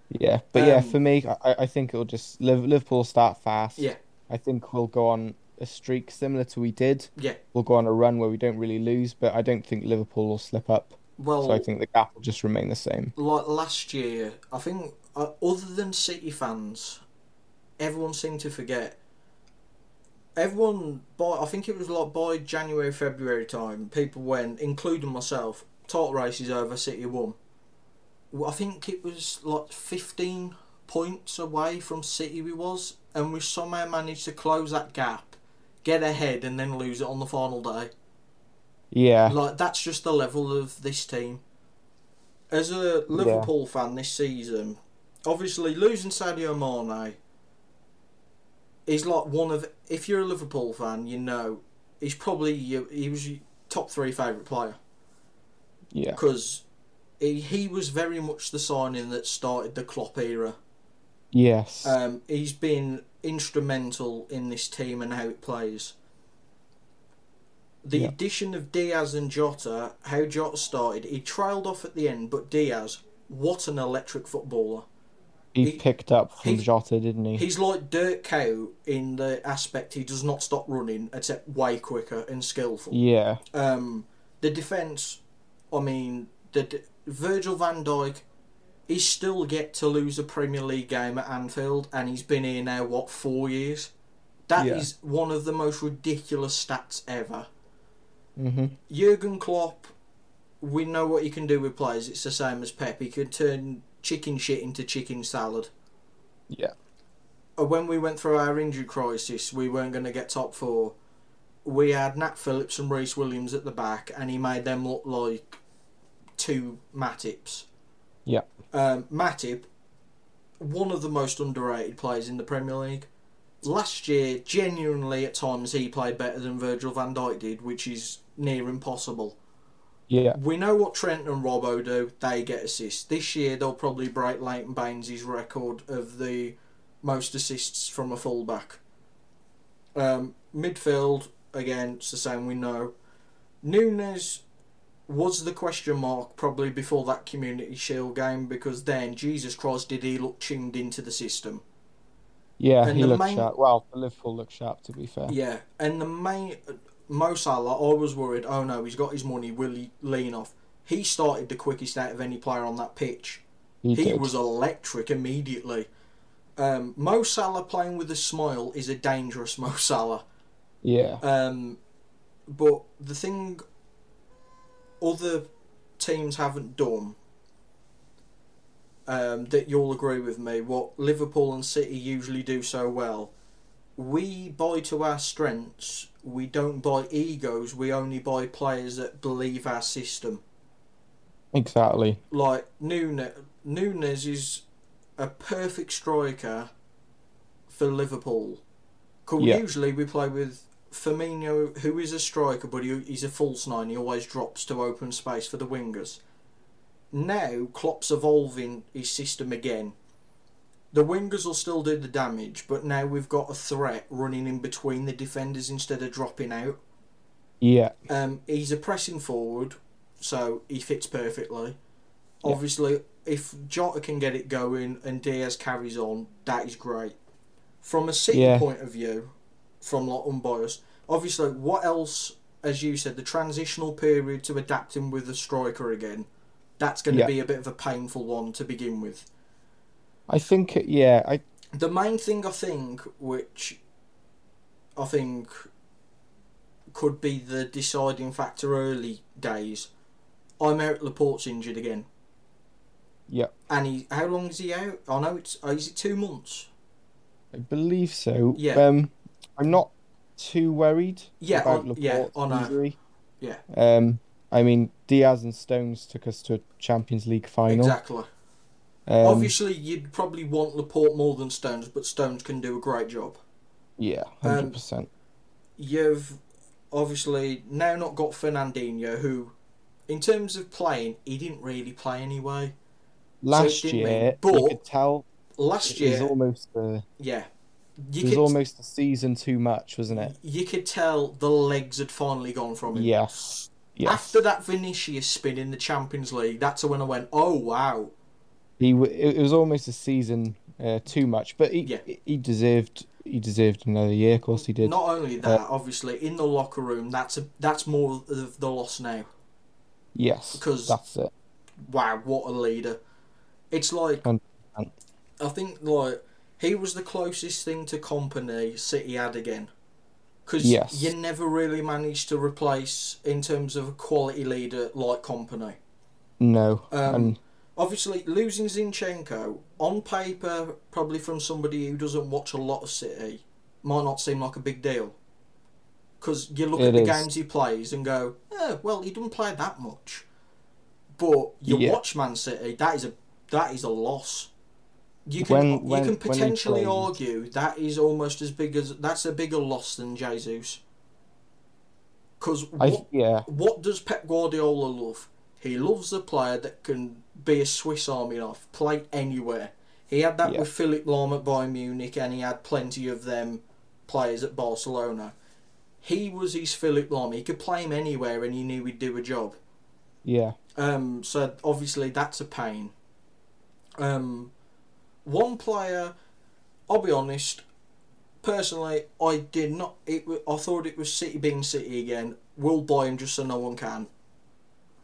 Speaker 2: Yeah, but yeah,
Speaker 1: Um,
Speaker 2: for me, I- I, I think it'll just Liv- Liverpool start fast.
Speaker 1: Yeah.
Speaker 2: I think we'll go on a streak similar to we did.
Speaker 1: Yeah.
Speaker 2: We'll go on a run where we don't really lose, but I don't think Liverpool will slip up.
Speaker 1: Well,
Speaker 2: So I think the gap will just remain the same.
Speaker 1: like last year, I think uh, other than City fans, everyone seemed to forget. Everyone by I think it was like by January February time, people went, including myself, title races over City won. Well, I think it was like fifteen points away from City we was, and we somehow managed to close that gap, get ahead, and then lose it on the final day.
Speaker 2: Yeah,
Speaker 1: Like that's just the level of this team. As a Liverpool fan this season, obviously losing Sadio Mane is like one of if you're a Liverpool fan, you know he's probably your, he was your top three favourite player
Speaker 2: yeah,
Speaker 1: because he, he was very much the signing that started the Klopp era.
Speaker 2: yes,
Speaker 1: Um, he's been instrumental in this team and how it plays. The
Speaker 2: Yeah.
Speaker 1: addition of Diaz and Jota, how Jota started, he trailed off at the end, but Diaz, what an electric footballer.
Speaker 2: he,
Speaker 1: he-
Speaker 2: picked up from
Speaker 1: he-
Speaker 2: Jota, didn't he?
Speaker 1: He's like Dirk Cow in the aspect he does not stop running, except way quicker and skillful.
Speaker 2: Yeah,
Speaker 1: Um, the defence, I mean, the d Virgil van Dijk he's still yet to lose a Premier League game at Anfield, and he's been here now what four years. That is
Speaker 2: Yeah.
Speaker 1: one of the most ridiculous stats ever.
Speaker 2: hmm
Speaker 1: Jurgen Klopp, we know what he can do with players. It's the same as Pep. He can turn chicken shit into chicken salad.
Speaker 2: Yeah.
Speaker 1: And uh, when we went through our injury crisis, we weren't going to get top four. We had Nat Phillips and Reese Williams at the back, and he made them look like two Matips.
Speaker 2: Yeah.
Speaker 1: Um, Matip, one of the most underrated players in the Premier League. Last year, genuinely, at times he played better than Virgil van Dijk did, which is near impossible.
Speaker 2: Yeah.
Speaker 1: We know what Trent and Robbo do. They get assists. This year, they'll probably break Leighton Baines' record of the most assists from a fullback. Um, midfield, again, it's the same we know. Nunes was the question mark probably before that Community Shield game because then, Jesus Christ, did he look tuned into the system.
Speaker 2: Yeah,
Speaker 1: And
Speaker 2: he
Speaker 1: the
Speaker 2: looked
Speaker 1: main-
Speaker 2: sharp. Well, Liverpool looked sharp, to be fair.
Speaker 1: Yeah, and the main Mo Salah, I was worried. Oh no, he's got his money. Will he lean off? He started the quickest out of any player on that pitch.
Speaker 2: He,
Speaker 1: He
Speaker 2: did.
Speaker 1: was electric immediately. Um, Mo Salah playing with a smile is a dangerous Mo Salah.
Speaker 2: Yeah.
Speaker 1: Um, but the thing other teams haven't done um, that you'll agree with me, what Liverpool and City usually do so well, we buy to our strengths. We don't buy egos. We only buy players that believe our system
Speaker 2: Exactly.
Speaker 1: like Nunez, Nunez is a perfect striker for Liverpool. 'Cause
Speaker 2: Yeah.
Speaker 1: usually we play with Firmino, who is a striker, but he, he's a false nine. He always drops to open space for the wingers. Now Klopp's evolving his system again. The wingers will still do the damage, but now we've got a threat running in between the defenders instead of dropping out.
Speaker 2: Yeah.
Speaker 1: Um, he's a pressing forward, so he fits perfectly.
Speaker 2: Yeah.
Speaker 1: Obviously, if Jota can get it going and Diaz carries on, that is great. From a City
Speaker 2: Yeah.
Speaker 1: point of view, from like unbiased, obviously, what else, as you said, the transitional period to adapting with the striker again, that's going to
Speaker 2: Yeah.
Speaker 1: be a bit of a painful one to begin with.
Speaker 2: I think. Yeah. I.
Speaker 1: The main thing I think, which I think could be the deciding factor early days, I'm out. Laporte's injured again,
Speaker 2: Yeah.
Speaker 1: and he how long is he out? I know it's oh, is it two months?
Speaker 2: I believe so.
Speaker 1: Yeah.
Speaker 2: Um, I'm not too worried
Speaker 1: Yeah,
Speaker 2: about
Speaker 1: on- yeah,
Speaker 2: Laporte's
Speaker 1: on a-
Speaker 2: injury.
Speaker 1: yeah.
Speaker 2: Um, I mean, Diaz and Stones took us to a Champions League final.
Speaker 1: Exactly.
Speaker 2: Um,
Speaker 1: Obviously, you'd probably want Laporte more than Stones, but Stones can do a great job.
Speaker 2: Yeah,
Speaker 1: um,
Speaker 2: hundred percent.
Speaker 1: You've obviously now not got Fernandinho, who, in terms of playing, he didn't really play anyway.
Speaker 2: Last
Speaker 1: didn't we?
Speaker 2: year,
Speaker 1: But
Speaker 2: you could tell
Speaker 1: Last
Speaker 2: it was
Speaker 1: year,
Speaker 2: almost a,
Speaker 1: yeah,
Speaker 2: it
Speaker 1: you
Speaker 2: was
Speaker 1: could
Speaker 2: almost a season too much, wasn't it?
Speaker 1: you could tell the legs had finally gone from him.
Speaker 2: Yes. Yes.
Speaker 1: After that Vinicius spin in the Champions League, that's when I went, oh wow.
Speaker 2: he w- it it was almost a season uh, too much, but he
Speaker 1: Yeah.
Speaker 2: he deserved he deserved another year. Of course, he did. uh,
Speaker 1: Not only that, obviously in the locker room, that's a, that's more of the loss now.
Speaker 2: yes,
Speaker 1: because-
Speaker 2: that's it.
Speaker 1: Wow, what a leader! It's like
Speaker 2: Hundred percent.
Speaker 1: I think like he was the closest thing to company City had again. Because
Speaker 2: Yes.
Speaker 1: you never really managed to replace in terms of a quality leader like Company.
Speaker 2: No,
Speaker 1: Um,
Speaker 2: and
Speaker 1: Obviously, losing Zinchenko on paper, probably from somebody who doesn't watch a lot of City, might not seem like a big deal. Because you look
Speaker 2: It
Speaker 1: at the
Speaker 2: is.
Speaker 1: games he plays and go, eh, well, he doesn't play that much. But you
Speaker 2: Yeah.
Speaker 1: watch Man City, that is a that is a loss. You can
Speaker 2: When-
Speaker 1: you
Speaker 2: when-
Speaker 1: can
Speaker 2: when he
Speaker 1: potentially
Speaker 2: played-
Speaker 1: argue that is almost as big as that's a bigger loss than Jesus. Because
Speaker 2: I yeah
Speaker 1: what does Pep Guardiola love? He loves a player that can be a Swiss Army knife, play anywhere. He had that
Speaker 2: Yeah.
Speaker 1: with Philip Lahm at Bayern Munich, and he had plenty of them players at Barcelona. He was his Philip Lahm. He could play him anywhere, and he knew he'd do a job.
Speaker 2: yeah
Speaker 1: Um, so obviously that's a pain. Um, one player, I'll be honest, personally, I did not. It wa- I thought it was City being City again. We'll buy him just so no one can.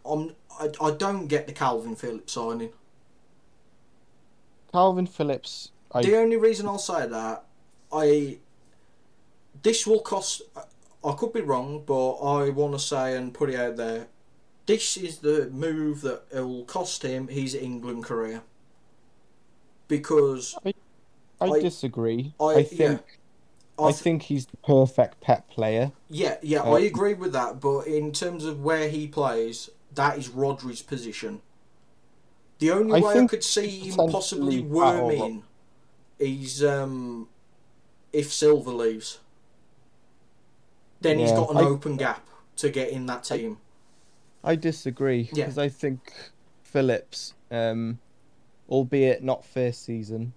Speaker 1: I'm, I, I don't get the Calvin Phillips signing.
Speaker 2: Calvin Phillips. I
Speaker 1: The only reason I'll say that, I this will cost. I could be wrong, but I want to say and put it out there. This is the move that will cost him his England career. Because
Speaker 2: I,
Speaker 1: I-
Speaker 2: disagree.
Speaker 1: I,
Speaker 2: I, think
Speaker 1: yeah, I,
Speaker 2: I
Speaker 1: th-
Speaker 2: think he's the perfect pet player.
Speaker 1: yeah, yeah,
Speaker 2: uh,
Speaker 1: I agree with that. But in terms of where he plays, that is Rodri's position. The only
Speaker 2: I
Speaker 1: way I
Speaker 2: think
Speaker 1: could see him
Speaker 2: potentially
Speaker 1: possibly
Speaker 2: at all.
Speaker 1: worming is um, if Silver leaves. Then he's
Speaker 2: Yeah,
Speaker 1: got an
Speaker 2: I-
Speaker 1: open gap to get in that team.
Speaker 2: I disagree
Speaker 1: Yeah.
Speaker 2: because I think Phillips, um, albeit not first season,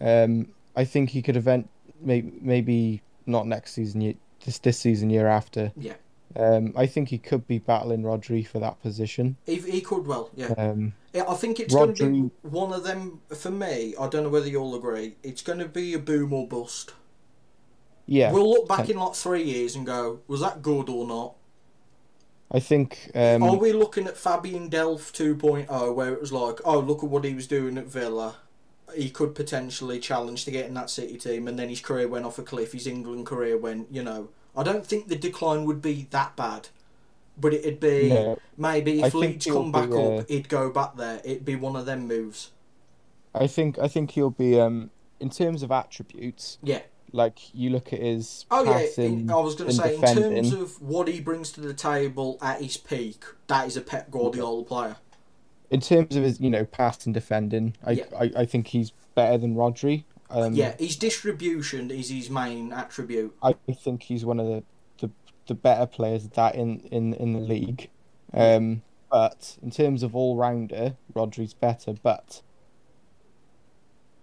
Speaker 2: um, I think he could event maybe, maybe not next season, ye- this this season year after.
Speaker 1: Yeah.
Speaker 2: Um, I think he could be battling Rodri for that position.
Speaker 1: He, he could well, yeah.
Speaker 2: Um,
Speaker 1: Yeah, I think it's going
Speaker 2: Rodri-
Speaker 1: to be one of them for me. I don't know whether you'll agree. It's going to be a boom or bust.
Speaker 2: yeah,
Speaker 1: we'll look back in like three years and go, was that good or not?
Speaker 2: I think.
Speaker 1: Are
Speaker 2: Um,
Speaker 1: we looking at Fabian Delph 2.0, where it was like, oh, look at what he was doing at Villa. He could potentially challenge to get in that City team, and then his career went off a cliff. His England career went, you know. I don't think the decline would be that bad, but it'd be
Speaker 2: no,
Speaker 1: maybe
Speaker 2: I
Speaker 1: if
Speaker 2: think
Speaker 1: Leeds
Speaker 2: it'll
Speaker 1: come back
Speaker 2: be, uh,
Speaker 1: up, he'd go back there. It'd be one of them moves.
Speaker 2: I think I think he'll be um, in terms of attributes.
Speaker 1: Yeah.
Speaker 2: Like you look at his
Speaker 1: Oh yeah,
Speaker 2: passing.
Speaker 1: in, I was going to
Speaker 2: and
Speaker 1: say in terms
Speaker 2: defending.
Speaker 1: of what he brings to the table at his peak, that is a Pep Guardiola player.
Speaker 2: in terms of his, you know, past and defending, I,
Speaker 1: Yeah.
Speaker 2: I, I think he's better than Rodri. Um,
Speaker 1: yeah, his distribution is his main attribute.
Speaker 2: I think he's one of the, the, the better players of that in, in, in the league. Um, but in terms of all rounder, Rodri's better, but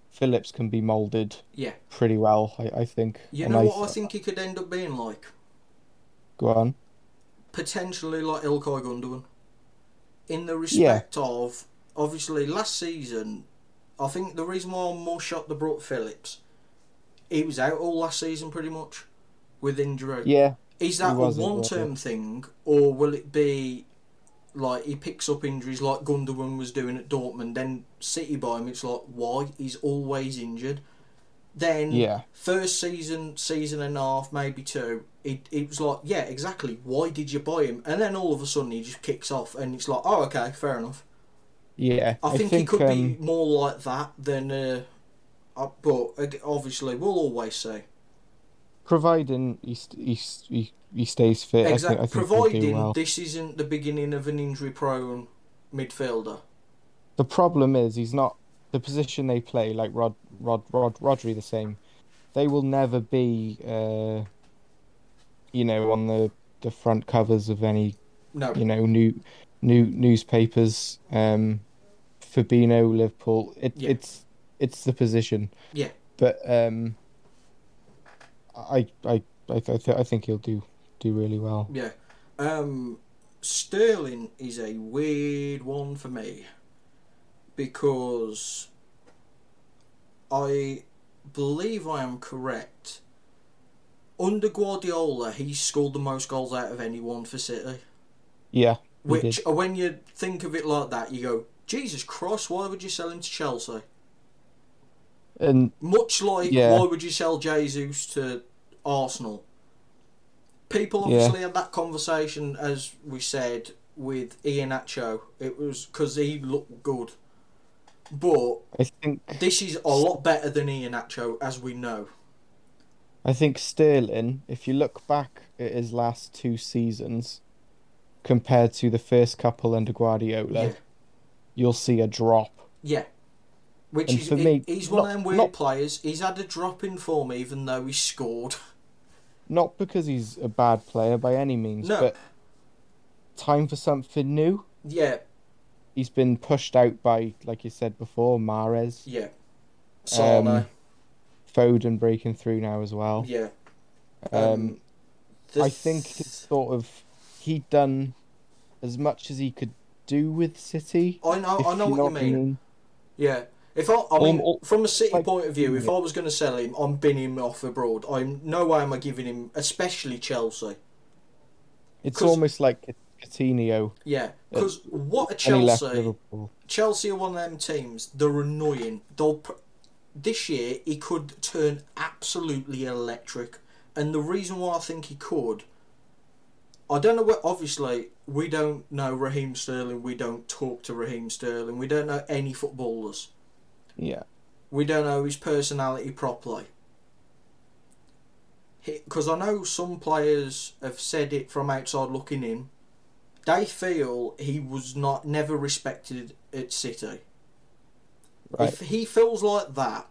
Speaker 2: Phillips can be moulded
Speaker 1: Yeah.
Speaker 2: pretty well, I, I think.
Speaker 1: You
Speaker 2: And
Speaker 1: know what I think he could end up being like?
Speaker 2: Go on.
Speaker 1: Potentially like Ilkay Gundogan. In the respect of, obviously, last season, I think the reason why I'm more shocked they brought Phillips, he was out all last season pretty much with injury.
Speaker 2: Yeah,
Speaker 1: Is that
Speaker 2: He
Speaker 1: a
Speaker 2: wasn't,
Speaker 1: one term thing, or will it be like he picks up injuries like Gundogan was doing at Dortmund, then City buy him? It's like, why? He's always injured. Then,
Speaker 2: Yeah.
Speaker 1: first season, season and a half, maybe two, it, it was like, yeah, exactly. Why did you buy him? And then all of a sudden he just kicks off, and it's like, oh, okay, fair enough.
Speaker 2: yeah.
Speaker 1: I, think, he could
Speaker 2: um,
Speaker 1: be more like that than. Uh, uh, but ag- obviously, we'll always say.
Speaker 2: Providing he, st- he, st- he, he stays fit,
Speaker 1: Exactly.
Speaker 2: I think, I think he'll do
Speaker 1: Providing
Speaker 2: well.
Speaker 1: this isn't the beginning of an injury-prone midfielder.
Speaker 2: The problem is he's not the position they play like Rod Rod Rod Rodri the same. They will never be, uh, you know, on the the front covers of any
Speaker 1: No.
Speaker 2: you know new new newspapers. Um, Fabino Liverpool. It,
Speaker 1: Yeah.
Speaker 2: It's it's the position.
Speaker 1: Yeah.
Speaker 2: But um, I I I th- I think he'll do do really well.
Speaker 1: Yeah. Um, Sterling is a weird one for me because I believe I am correct. Under Guardiola, he scored the most goals out of anyone for City.
Speaker 2: Yeah. he
Speaker 1: Which,
Speaker 2: did.
Speaker 1: uh, when you think of it like that, you go, Jesus Christ, why would you sell him to Chelsea?
Speaker 2: And
Speaker 1: Much like
Speaker 2: Yeah.
Speaker 1: why would you sell Jesus to Arsenal? People
Speaker 2: Yeah.
Speaker 1: obviously had that conversation, as we said, with Ian Acho. It was because he looked good. But
Speaker 2: I think
Speaker 1: this is a lot better than Ian Acho, as we know.
Speaker 2: I think Sterling, if you look back at his last two seasons compared to the first couple under Guardiola,
Speaker 1: Yeah.
Speaker 2: you'll see a drop.
Speaker 1: Yeah. Which
Speaker 2: And
Speaker 1: is,
Speaker 2: for
Speaker 1: he-
Speaker 2: me,
Speaker 1: he's one of
Speaker 2: not-
Speaker 1: them weird
Speaker 2: not-
Speaker 1: players. He's had a drop in form even though he scored.
Speaker 2: Not because he's a bad player by any means,
Speaker 1: No.
Speaker 2: but time for something new.
Speaker 1: Yeah,
Speaker 2: He's been pushed out by, like you said before, Mares,
Speaker 1: yeah.
Speaker 2: Um,
Speaker 1: Sana,
Speaker 2: Foden breaking through now as well.
Speaker 1: yeah.
Speaker 2: Um,
Speaker 1: the-
Speaker 2: I think it's sort of he'd done as much as he could do with City.
Speaker 1: I know, I
Speaker 2: if
Speaker 1: know what you mean. Yeah. If I, I
Speaker 2: All-
Speaker 1: mean,
Speaker 2: all-
Speaker 1: from a City
Speaker 2: Um, oh, like-
Speaker 1: point of view, if I was going to sell him, I'm binning him off abroad. I'm no way am I giving him, especially Chelsea.
Speaker 2: It's
Speaker 1: 'Cause-
Speaker 2: almost like Coutinho.
Speaker 1: Yeah, because what a
Speaker 2: when he left
Speaker 1: Chelsea!
Speaker 2: Liverpool.
Speaker 1: Chelsea are one of them teams. They're annoying. They'll pr- this year he could turn absolutely electric, and the reason why I think he could, I don't know what. Obviously, we don't know Raheem Sterling. We don't talk to Raheem Sterling. We don't know any footballers.
Speaker 2: Yeah.
Speaker 1: We don't know his personality properly. Because I know some players have said it from outside looking in. They feel he was not never respected at City.
Speaker 2: Right.
Speaker 1: If he feels like that,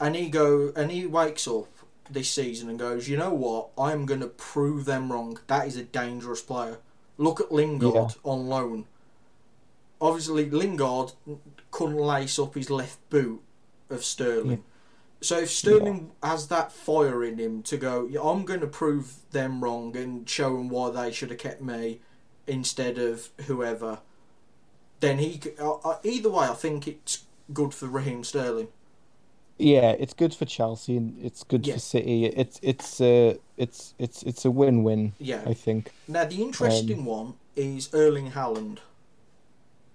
Speaker 1: and he go and he wakes up this season and goes, you know what? I'm going to prove them wrong. That is a dangerous player. Look at Lingard
Speaker 2: Yeah.
Speaker 1: on loan. Obviously, Lingard couldn't lace up his left boot of Sterling. So if Sterling has that fire in him to go, "Yeah, I'm going to prove them wrong and show them why they should have kept me instead of whoever, then he. c- I- I- Either way, I think it's good for Raheem Sterling.
Speaker 2: Yeah, it's good for Chelsea and it's good
Speaker 1: Yeah.
Speaker 2: for City. It's it's uh it's it's it's a win-win,
Speaker 1: Yeah.
Speaker 2: I think.
Speaker 1: Now the interesting one is Erling Haaland.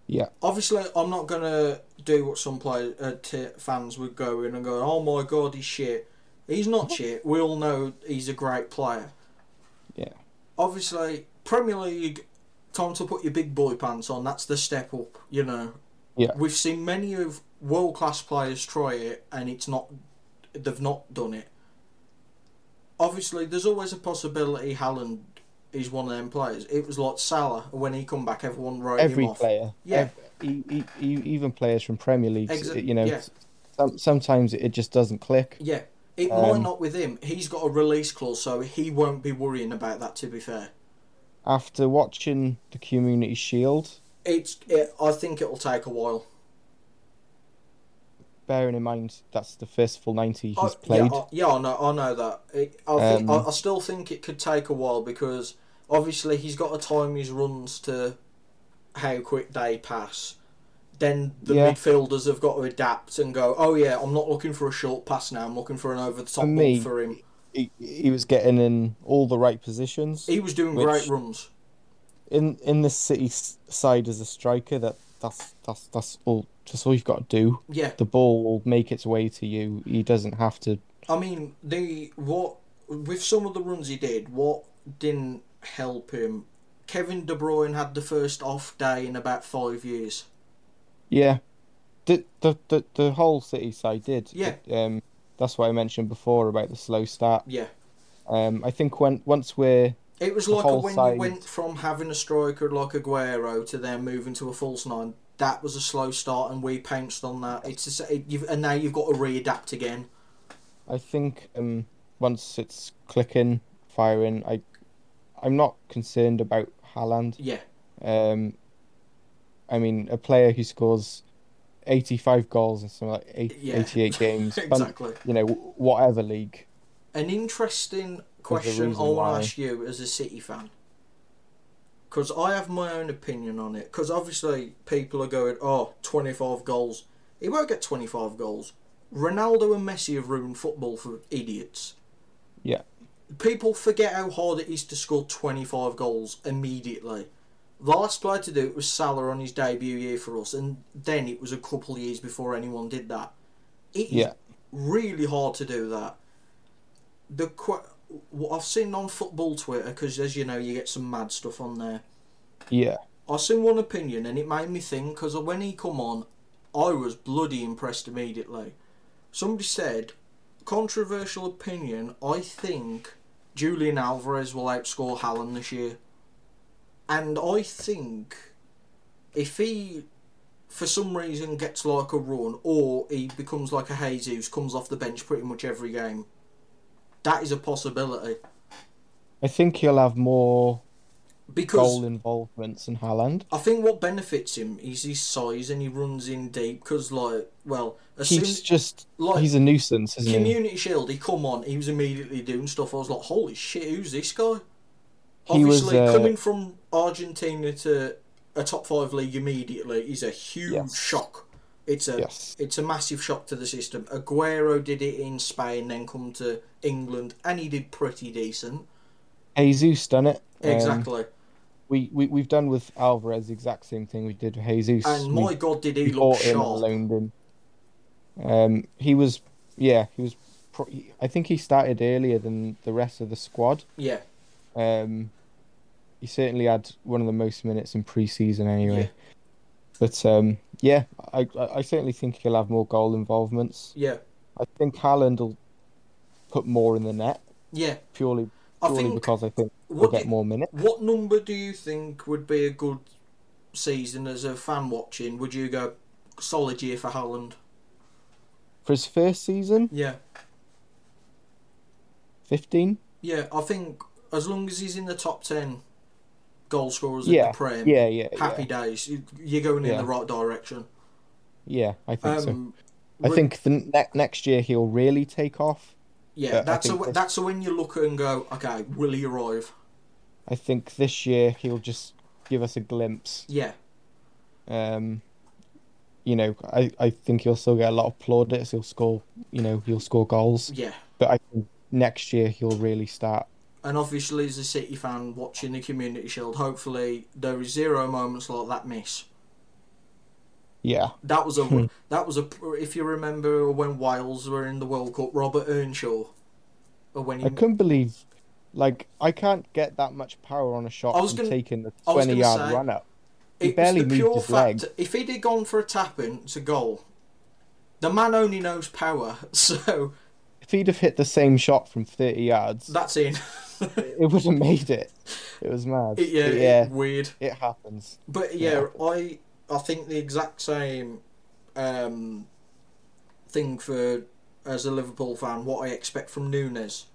Speaker 2: Yeah.
Speaker 1: Obviously, I'm not gonna do what some play uh, t- fans would go in and go, "Oh my god, he's shit." He's not shit. We all know he's a great player.
Speaker 2: Yeah.
Speaker 1: Obviously, Premier League, time to put your big boy pants on. That's the step up. You know.
Speaker 2: Yeah.
Speaker 1: We've seen many of world class players try it, and it's not. They've not done it. Obviously, there's always a possibility Haaland is one of them players. It was like Salah when he come back, everyone wrote
Speaker 2: Every
Speaker 1: him off.
Speaker 2: player.
Speaker 1: Yeah.
Speaker 2: ev- e- e- e- even players from Premier Leagues,
Speaker 1: Exa-
Speaker 2: you know,
Speaker 1: yeah.
Speaker 2: some, sometimes it just doesn't click.
Speaker 1: Yeah, it might
Speaker 2: Um,
Speaker 1: not with him. He's got a release clause, so he won't be worrying about that. To be fair,
Speaker 2: After watching the Community Shield,
Speaker 1: it's. It, I think it'll take a while.
Speaker 2: bearing in mind that's the first full 90 he's
Speaker 1: I-
Speaker 2: played.
Speaker 1: Oh, Yeah, I, yeah, I know. I know that. It, I, think,
Speaker 2: Um,
Speaker 1: I, I still think it could take a while because obviously he's got to time his runs to how quick they pass. Then the
Speaker 2: Yeah.
Speaker 1: midfielders have got to adapt and go. Oh yeah, I'm not looking for a short pass now. I'm looking for an over the top ball
Speaker 2: For me-
Speaker 1: for him.
Speaker 2: he, he was getting in all the right positions.
Speaker 1: He was doing
Speaker 2: Which-
Speaker 1: great runs.
Speaker 2: in in the city s- side as a striker, that that's that's that's all just all you've got to do.
Speaker 1: Yeah,
Speaker 2: The ball will make its way to you. He doesn't have to.
Speaker 1: I mean, the what with some of the runs he did, what didn't help him? Kevin De Bruyne had the first off day in about five years.
Speaker 2: Yeah, the the the, the whole city side did.
Speaker 1: Yeah.
Speaker 2: It, um, that's what I mentioned before about the slow start.
Speaker 1: Yeah.
Speaker 2: Um, I think when once we're
Speaker 1: It was
Speaker 2: the
Speaker 1: like a,
Speaker 2: whole
Speaker 1: when
Speaker 2: side.
Speaker 1: you went from having a striker like Aguero to then moving to a false nine. That was a slow start, and we pounced on that. It's the sa it, you've, and now you've got to readapt again.
Speaker 2: I think um, once it's clicking, firing, I I'm not concerned about Haaland.
Speaker 1: Yeah,
Speaker 2: Um, I mean, a player who scores 85 goals in something like eight,
Speaker 1: Yeah.
Speaker 2: 88 games, but,
Speaker 1: exactly.
Speaker 2: you know, whatever league.
Speaker 1: An interesting question I
Speaker 2: reason
Speaker 1: want
Speaker 2: why.
Speaker 1: to ask you as a City fan. Because I have my own opinion on it. Because obviously people are going, oh, 25 goals. He won't get 25 goals. Ronaldo and Messi have ruined football for idiots.
Speaker 2: Yeah.
Speaker 1: People forget how hard it is to score 25 goals immediately. The last player to do it was Salah on his debut year for us, and then it was a couple of years before anyone did that. It is
Speaker 2: Yeah.
Speaker 1: really hard to do that. The qu- what I've seen on football Twitter, because as you know, you get some mad stuff on there.
Speaker 2: Yeah.
Speaker 1: I seen one opinion, and it made me think because when he come on, I was bloody impressed immediately. Somebody said, controversial opinion. I think Julian Alvarez will outscore Hallam this year, and I think if he, for some reason, gets like a run or he becomes like a Jesus, comes off the bench pretty much every game. That is a possibility
Speaker 2: I think he'll have more
Speaker 1: because
Speaker 2: goal involvements than Haaland.
Speaker 1: I think what benefits him is his size and he runs in deep because, like, well, as soon
Speaker 2: He's just,
Speaker 1: like-
Speaker 2: he's a nuisance, isn't he?
Speaker 1: Community Shield, he come on, he was immediately doing stuff. I was like, holy shit, who's this guy?
Speaker 2: He was,
Speaker 1: Obviously,
Speaker 2: uh,
Speaker 1: coming from Argentina to a top five league immediately is a huge
Speaker 2: Yes.
Speaker 1: shock. It's a
Speaker 2: Yes.
Speaker 1: it's a massive shock to the system. Aguero did it in Spain, then come to England, and he did pretty decent.
Speaker 2: Jesus done it. Um,
Speaker 1: Exactly.
Speaker 2: we, we we've done with Alvarez the exact same thing we did with Jesus.
Speaker 1: And
Speaker 2: We-
Speaker 1: my God, did he
Speaker 2: we
Speaker 1: look
Speaker 2: bought him and
Speaker 1: sharp?
Speaker 2: loaned him. Um, he was, yeah, he was. Pro- I think he started earlier than the rest of the squad.
Speaker 1: Yeah,
Speaker 2: Um, he certainly had one of the most minutes in pre-season
Speaker 1: yeah,
Speaker 2: anyway. But um, yeah, I, I I certainly think he'll have more goal involvements.
Speaker 1: yeah,
Speaker 2: I think Haaland will put more in the net
Speaker 1: yeah.
Speaker 2: purely
Speaker 1: I
Speaker 2: purely
Speaker 1: think
Speaker 2: because I think he'll
Speaker 1: what
Speaker 2: get
Speaker 1: did-
Speaker 2: more minutes.
Speaker 1: what number do you think would be a good season as a fan watching? Would you go solid year for Holland?
Speaker 2: For his first season,
Speaker 1: Yeah,
Speaker 2: fifteen.
Speaker 1: yeah. I think as long as he's in the top ten goal scorers in
Speaker 2: Yeah,
Speaker 1: the Prem,
Speaker 2: yeah, yeah,
Speaker 1: happy
Speaker 2: yeah,
Speaker 1: days. You- You're going in
Speaker 2: Yeah.
Speaker 1: the right direction.
Speaker 2: yeah. I think so.
Speaker 1: Um,
Speaker 2: I
Speaker 1: re-
Speaker 2: think the ne- next year he'll really take off.
Speaker 1: yeah,
Speaker 2: that I
Speaker 1: that's a
Speaker 2: think
Speaker 1: w-
Speaker 2: this-
Speaker 1: that's a when you look and go, okay, will he arrive?
Speaker 2: I think this year he'll just give us a glimpse.
Speaker 1: Yeah,
Speaker 2: Um, you know, I, I think he'll still get a lot of plaudits. He'll score, you know, he'll score goals.
Speaker 1: yeah.
Speaker 2: But I think next year he'll really start.
Speaker 1: And obviously, as a City fan watching the Community Shield, hopefully there is zero moments like that miss.
Speaker 2: Yeah,
Speaker 1: That was
Speaker 2: Hmm.
Speaker 1: a that was a if you remember when Wales were in the World Cup, Robert Earnshaw, or when he,
Speaker 2: I couldn't believe, like, I can't get that much power on a shot
Speaker 1: I was
Speaker 2: from
Speaker 1: gonna-
Speaker 2: taking the
Speaker 1: I was gonna
Speaker 2: twenty yard
Speaker 1: say-
Speaker 2: run up.
Speaker 1: it
Speaker 2: He barely
Speaker 1: was the
Speaker 2: moved
Speaker 1: pure
Speaker 2: his
Speaker 1: fact
Speaker 2: leg.
Speaker 1: if he'd have gone for a tap in to goal, the man only knows power, so
Speaker 2: If he'd have hit the same shot from thirty yards,
Speaker 1: that's in.
Speaker 2: it would have made it. It was mad.
Speaker 1: It- yeah,
Speaker 2: But yeah,
Speaker 1: weird.
Speaker 2: it happens.
Speaker 1: But yeah,
Speaker 2: Yeah.
Speaker 1: I I think the exact same um, thing for as a Liverpool fan, what I expect from Nunes.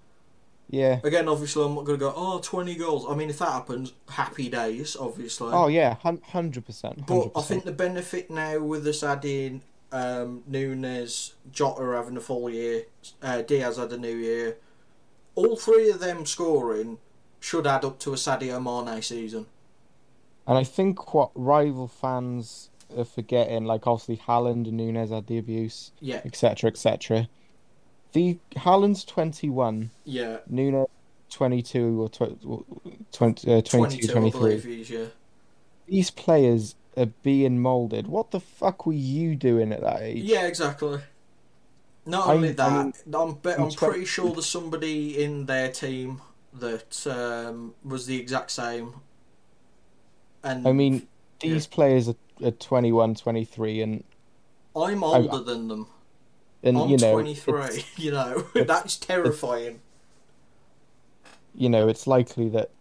Speaker 2: Yeah.
Speaker 1: Again, obviously, I'm not going to go, oh, 20 goals. I mean, if that happens, happy days, obviously.
Speaker 2: Oh yeah, hundred percent.
Speaker 1: But
Speaker 2: hundred
Speaker 1: I think
Speaker 2: percent.
Speaker 1: the benefit now with us adding um, Nunes, Jota having a full year, uh, Diaz had a new year, all three of them scoring should add up to a Sadio Mane season.
Speaker 2: And I think what rival fans are forgetting, like obviously Haaland and Nunes had the abuse,
Speaker 1: Yeah,
Speaker 2: etc., etc. The Haaland's twenty-one,
Speaker 1: yeah.
Speaker 2: Nunes twenty-two or tw- tw- 20, uh, 22,
Speaker 1: 22, I
Speaker 2: 23.
Speaker 1: believe he is, yeah.
Speaker 2: These players are being molded. What the fuck were you doing at that age?
Speaker 1: Yeah, exactly. Not
Speaker 2: I'm-
Speaker 1: only that,
Speaker 2: I
Speaker 1: I'm,
Speaker 2: mean,
Speaker 1: be-
Speaker 2: I'm
Speaker 1: I'm
Speaker 2: twen-
Speaker 1: pretty sure there's somebody in their team that um, was the exact same. And
Speaker 2: I mean, these players are, are 21, 23 and
Speaker 1: I'm older than them.
Speaker 2: and
Speaker 1: I'm
Speaker 2: you know,
Speaker 1: 23.
Speaker 2: it's-
Speaker 1: You know,
Speaker 2: it's-
Speaker 1: that's terrifying.
Speaker 2: you know, it's likely that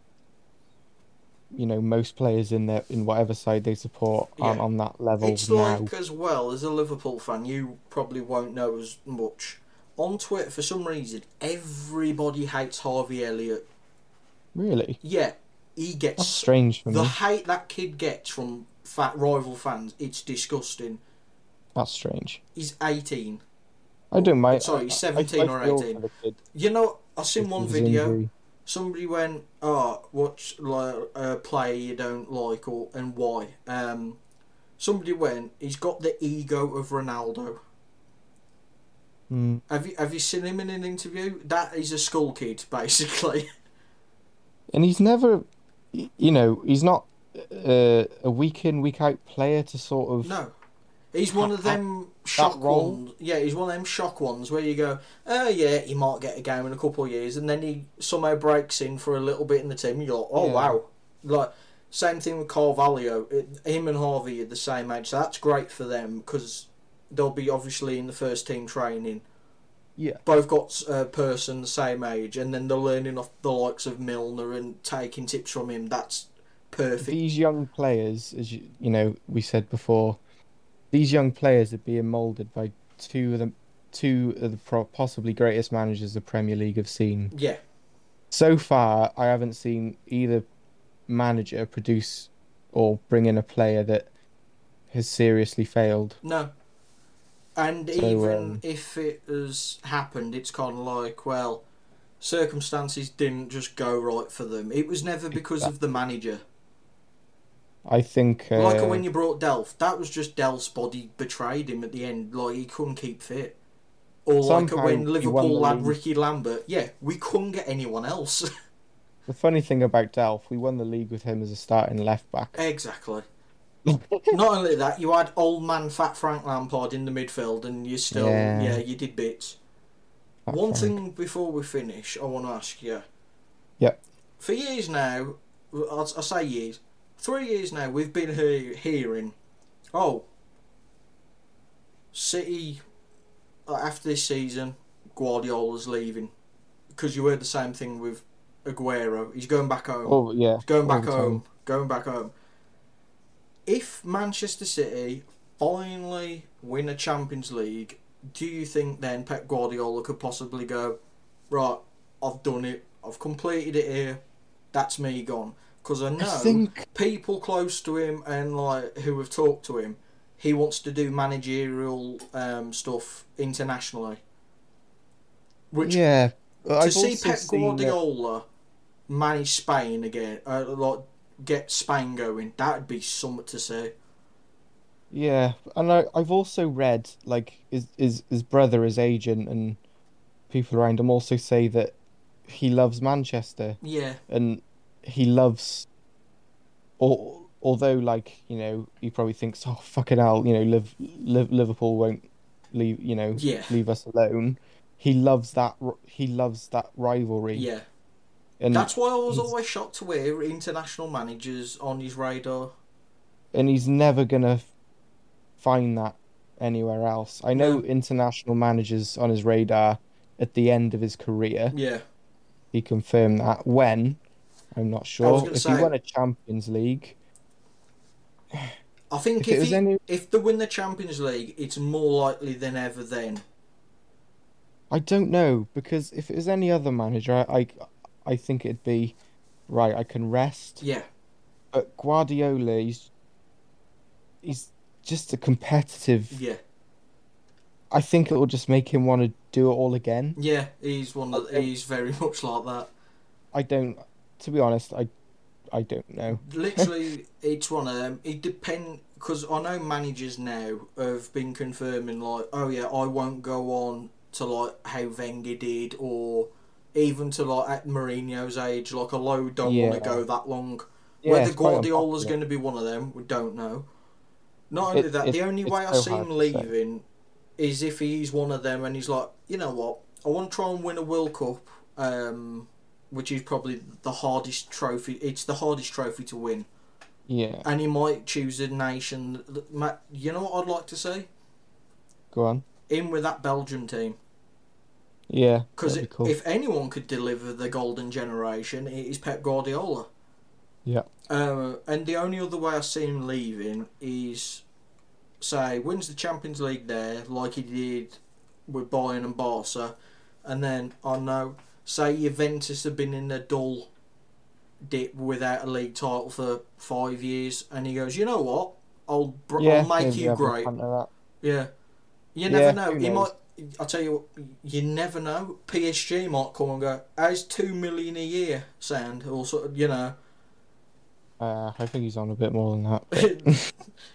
Speaker 2: you know most players in their in whatever side they support aren't
Speaker 1: Yeah.
Speaker 2: on that level
Speaker 1: It's
Speaker 2: now.
Speaker 1: like as well as a Liverpool fan, you probably won't know as much. On Twitter, for some reason, everybody hates Harvey Elliott.
Speaker 2: Really,
Speaker 1: Yeah, he gets
Speaker 2: that's strange for
Speaker 1: the
Speaker 2: me.
Speaker 1: hate that kid gets from fat rival fans. It's disgusting.
Speaker 2: That's strange.
Speaker 1: He's 18.
Speaker 2: I don't mind.
Speaker 1: Sorry,
Speaker 2: I-
Speaker 1: he's
Speaker 2: I- I
Speaker 1: 17 or
Speaker 2: feel
Speaker 1: 18.
Speaker 2: for the kid
Speaker 1: You know, I seen
Speaker 2: with
Speaker 1: one
Speaker 2: his
Speaker 1: video.
Speaker 2: injury.
Speaker 1: Somebody went, "Oh, watch like a play you don't like, or and why?" Um, somebody went, "He's got the ego of Ronaldo."
Speaker 2: Mm,
Speaker 1: Have you have you seen him in an interview? That is a school kid, basically.
Speaker 2: And he's never, y- you know, he's not uh, a week in week out player to sort of.
Speaker 1: no, he's one of them shock
Speaker 2: role?
Speaker 1: ones. Yeah, he's one of them shock ones where you go, "Oh yeah, he might get a game in a couple of years," and then he somehow breaks in for a little bit in the team. You're like, "Oh
Speaker 2: Yeah.
Speaker 1: wow!" Like same thing with Carvalho. It- Him and Harvey are the same age, so that's great for them because they'll be obviously in the first team training.
Speaker 2: Yeah.
Speaker 1: both got a person the same age, and then they're learning off the likes of Milner and taking tips from him. That's perfect.
Speaker 2: These young players, as you, you know, we said before, these young players are being molded by two of the two of the pro- possibly greatest managers the Premier League have seen.
Speaker 1: Yeah,
Speaker 2: so far I haven't seen either manager produce or bring in a player that has seriously failed.
Speaker 1: no. And
Speaker 2: So,
Speaker 1: even
Speaker 2: um,
Speaker 1: if it has happened, it's kind of like, well, circumstances didn't just go right for them. It was never because of the manager.
Speaker 2: I think uh,
Speaker 1: Like when you brought Delph, that was just Delph's body betrayed him at the end. Like he couldn't keep fit. Or like
Speaker 2: Somehow
Speaker 1: when
Speaker 2: he won
Speaker 1: Liverpool
Speaker 2: the
Speaker 1: had
Speaker 2: league.
Speaker 1: Ricky Lambert. Yeah, we couldn't get anyone else.
Speaker 2: The funny thing about Delph, we won the league with him as a starting left back.
Speaker 1: Exactly. Not only that, you had old man Fat Frank Lampard in the midfield, and you still,
Speaker 2: Yeah.
Speaker 1: yeah, you did bits.
Speaker 2: Fat
Speaker 1: One
Speaker 2: Frank.
Speaker 1: thing before we finish, I want to ask you.
Speaker 2: Yep.
Speaker 1: For years now, I I say years, three years now, we've been he- hearing, oh, City uh, after this season, Guardiola's leaving because you heard the same thing with Aguero. He's going back home.
Speaker 2: Oh yeah,
Speaker 1: Going
Speaker 2: all
Speaker 1: back
Speaker 2: the time.
Speaker 1: home. Going back home. If Manchester City finally win a Champions League, do you think then Pep Guardiola could possibly go, right, I've done it, I've completed it here, that's me gone? Because I
Speaker 2: I
Speaker 1: know
Speaker 2: think
Speaker 1: people close to him and like who have talked to him, he wants to do managerial um, stuff internationally. Which
Speaker 2: yeah.
Speaker 1: to see Pep Guardiola manage Spain again, uh, like get Spain going, that'd be something to see.
Speaker 2: Yeah, and I, I've also read like his, his his brother, his agent, and people around him also say that he loves Manchester
Speaker 1: Yeah,
Speaker 2: and he loves. Or although like you know he probably thinks oh fucking hell you know Liv, Liv, Liverpool won't leave you know
Speaker 1: yeah,
Speaker 2: leave us alone. He loves that r- he loves that rivalry
Speaker 1: yeah.
Speaker 2: and
Speaker 1: That's why I was
Speaker 2: he's-
Speaker 1: always shocked to hear international managers on his radar.
Speaker 2: and he's never gonna f- find that anywhere else. I know
Speaker 1: No.
Speaker 2: international managers on his radar at the end of his career.
Speaker 1: Yeah,
Speaker 2: He confirmed that when I'm not
Speaker 1: was
Speaker 2: sure.
Speaker 1: gonna
Speaker 2: If he
Speaker 1: say-
Speaker 2: won a Champions League,
Speaker 1: I think
Speaker 2: If
Speaker 1: if
Speaker 2: it was
Speaker 1: he,
Speaker 2: any-
Speaker 1: if they win the Champions League, it's more likely than ever. Then
Speaker 2: I don't know because if it was any other manager, I I, I think it'd be right. I can rest.
Speaker 1: yeah,
Speaker 2: But Guardiola, he's he's just a competitive.
Speaker 1: yeah,
Speaker 2: I think it will just make him want to do it all again.
Speaker 1: yeah. He's one that
Speaker 2: Okay.
Speaker 1: he's very much like that.
Speaker 2: I don't. To be honest, I, I don't know.
Speaker 1: literally each one of them it depend because i know managers now have been confirming like oh yeah i won't go on to like how wenger did or even to like at Mourinho's age like a low don't want
Speaker 2: Yeah.
Speaker 1: to go that long
Speaker 2: Yeah,
Speaker 1: whether
Speaker 2: it's quite
Speaker 1: guardiola's
Speaker 2: unpopular.
Speaker 1: going to be one of them we don't know not only
Speaker 2: It-
Speaker 1: that the
Speaker 2: it-
Speaker 1: only
Speaker 2: it's
Speaker 1: way i
Speaker 2: so
Speaker 1: see
Speaker 2: hard
Speaker 1: him
Speaker 2: to say.
Speaker 1: leaving is if he's one of them and he's like you know what i want to try and win a world cup um which is probably the hardest trophy. It's the hardest trophy to win
Speaker 2: Yeah,
Speaker 1: and he might choose a nation. that- ma- You know what I'd like to see?
Speaker 2: go on.
Speaker 1: In with that Belgium team.
Speaker 2: Yeah,
Speaker 1: Because
Speaker 2: that'd be cool.
Speaker 1: if anyone could deliver the golden generation, it is Pep Guardiola.
Speaker 2: Yeah.
Speaker 1: Uh, and the only other way I see him leaving is, say, wins the Champions League there, like he did with Bayern and Barca, and then, I don't know, say Juventus have been in a dull dip without a league title for five years, and he goes, you know what? I'll, br-
Speaker 2: yeah,
Speaker 1: I'll make
Speaker 2: maybe
Speaker 1: you
Speaker 2: have a
Speaker 1: great.
Speaker 2: punt at that.
Speaker 1: Yeah. You
Speaker 2: Yeah,
Speaker 1: never know.
Speaker 2: who
Speaker 1: He
Speaker 2: knows?
Speaker 1: might. I tell you, what, you never know. PSG might come and go. How's two million a year sound? Or sort of, you know,
Speaker 2: Uh, I think he's on a bit more than that. but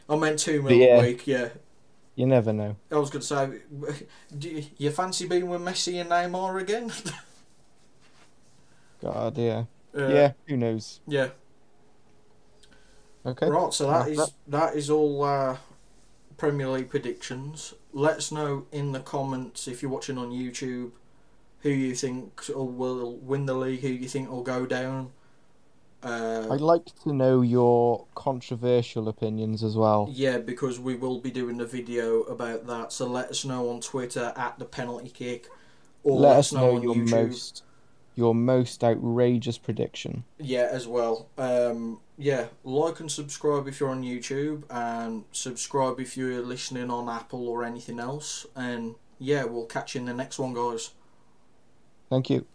Speaker 1: I meant two million
Speaker 2: yeah.
Speaker 1: a week. Yeah,
Speaker 2: you never know.
Speaker 1: I was gonna say, do you, you fancy being with Messi and Neymar again?
Speaker 2: God, yeah,
Speaker 1: Uh,
Speaker 2: yeah. Who knows?
Speaker 1: yeah.
Speaker 2: Okay.
Speaker 1: Right, so that
Speaker 2: That's
Speaker 1: is that is all uh, Premier League predictions. Let us know in the comments if you're watching on YouTube who you think will win the league, who you think will go down. Uh,
Speaker 2: I'd like to know your controversial opinions as well.
Speaker 1: yeah, because we will be doing a video about that. So let us know on Twitter at the penalty kick, or
Speaker 2: Let us know
Speaker 1: on
Speaker 2: your
Speaker 1: YouTube.
Speaker 2: most, your most outrageous prediction.
Speaker 1: Yeah, as well. Um, yeah, like and subscribe if you're on YouTube, and subscribe if you're listening on Apple or anything else. And yeah, we'll catch you in the next one, guys.
Speaker 2: Thank you.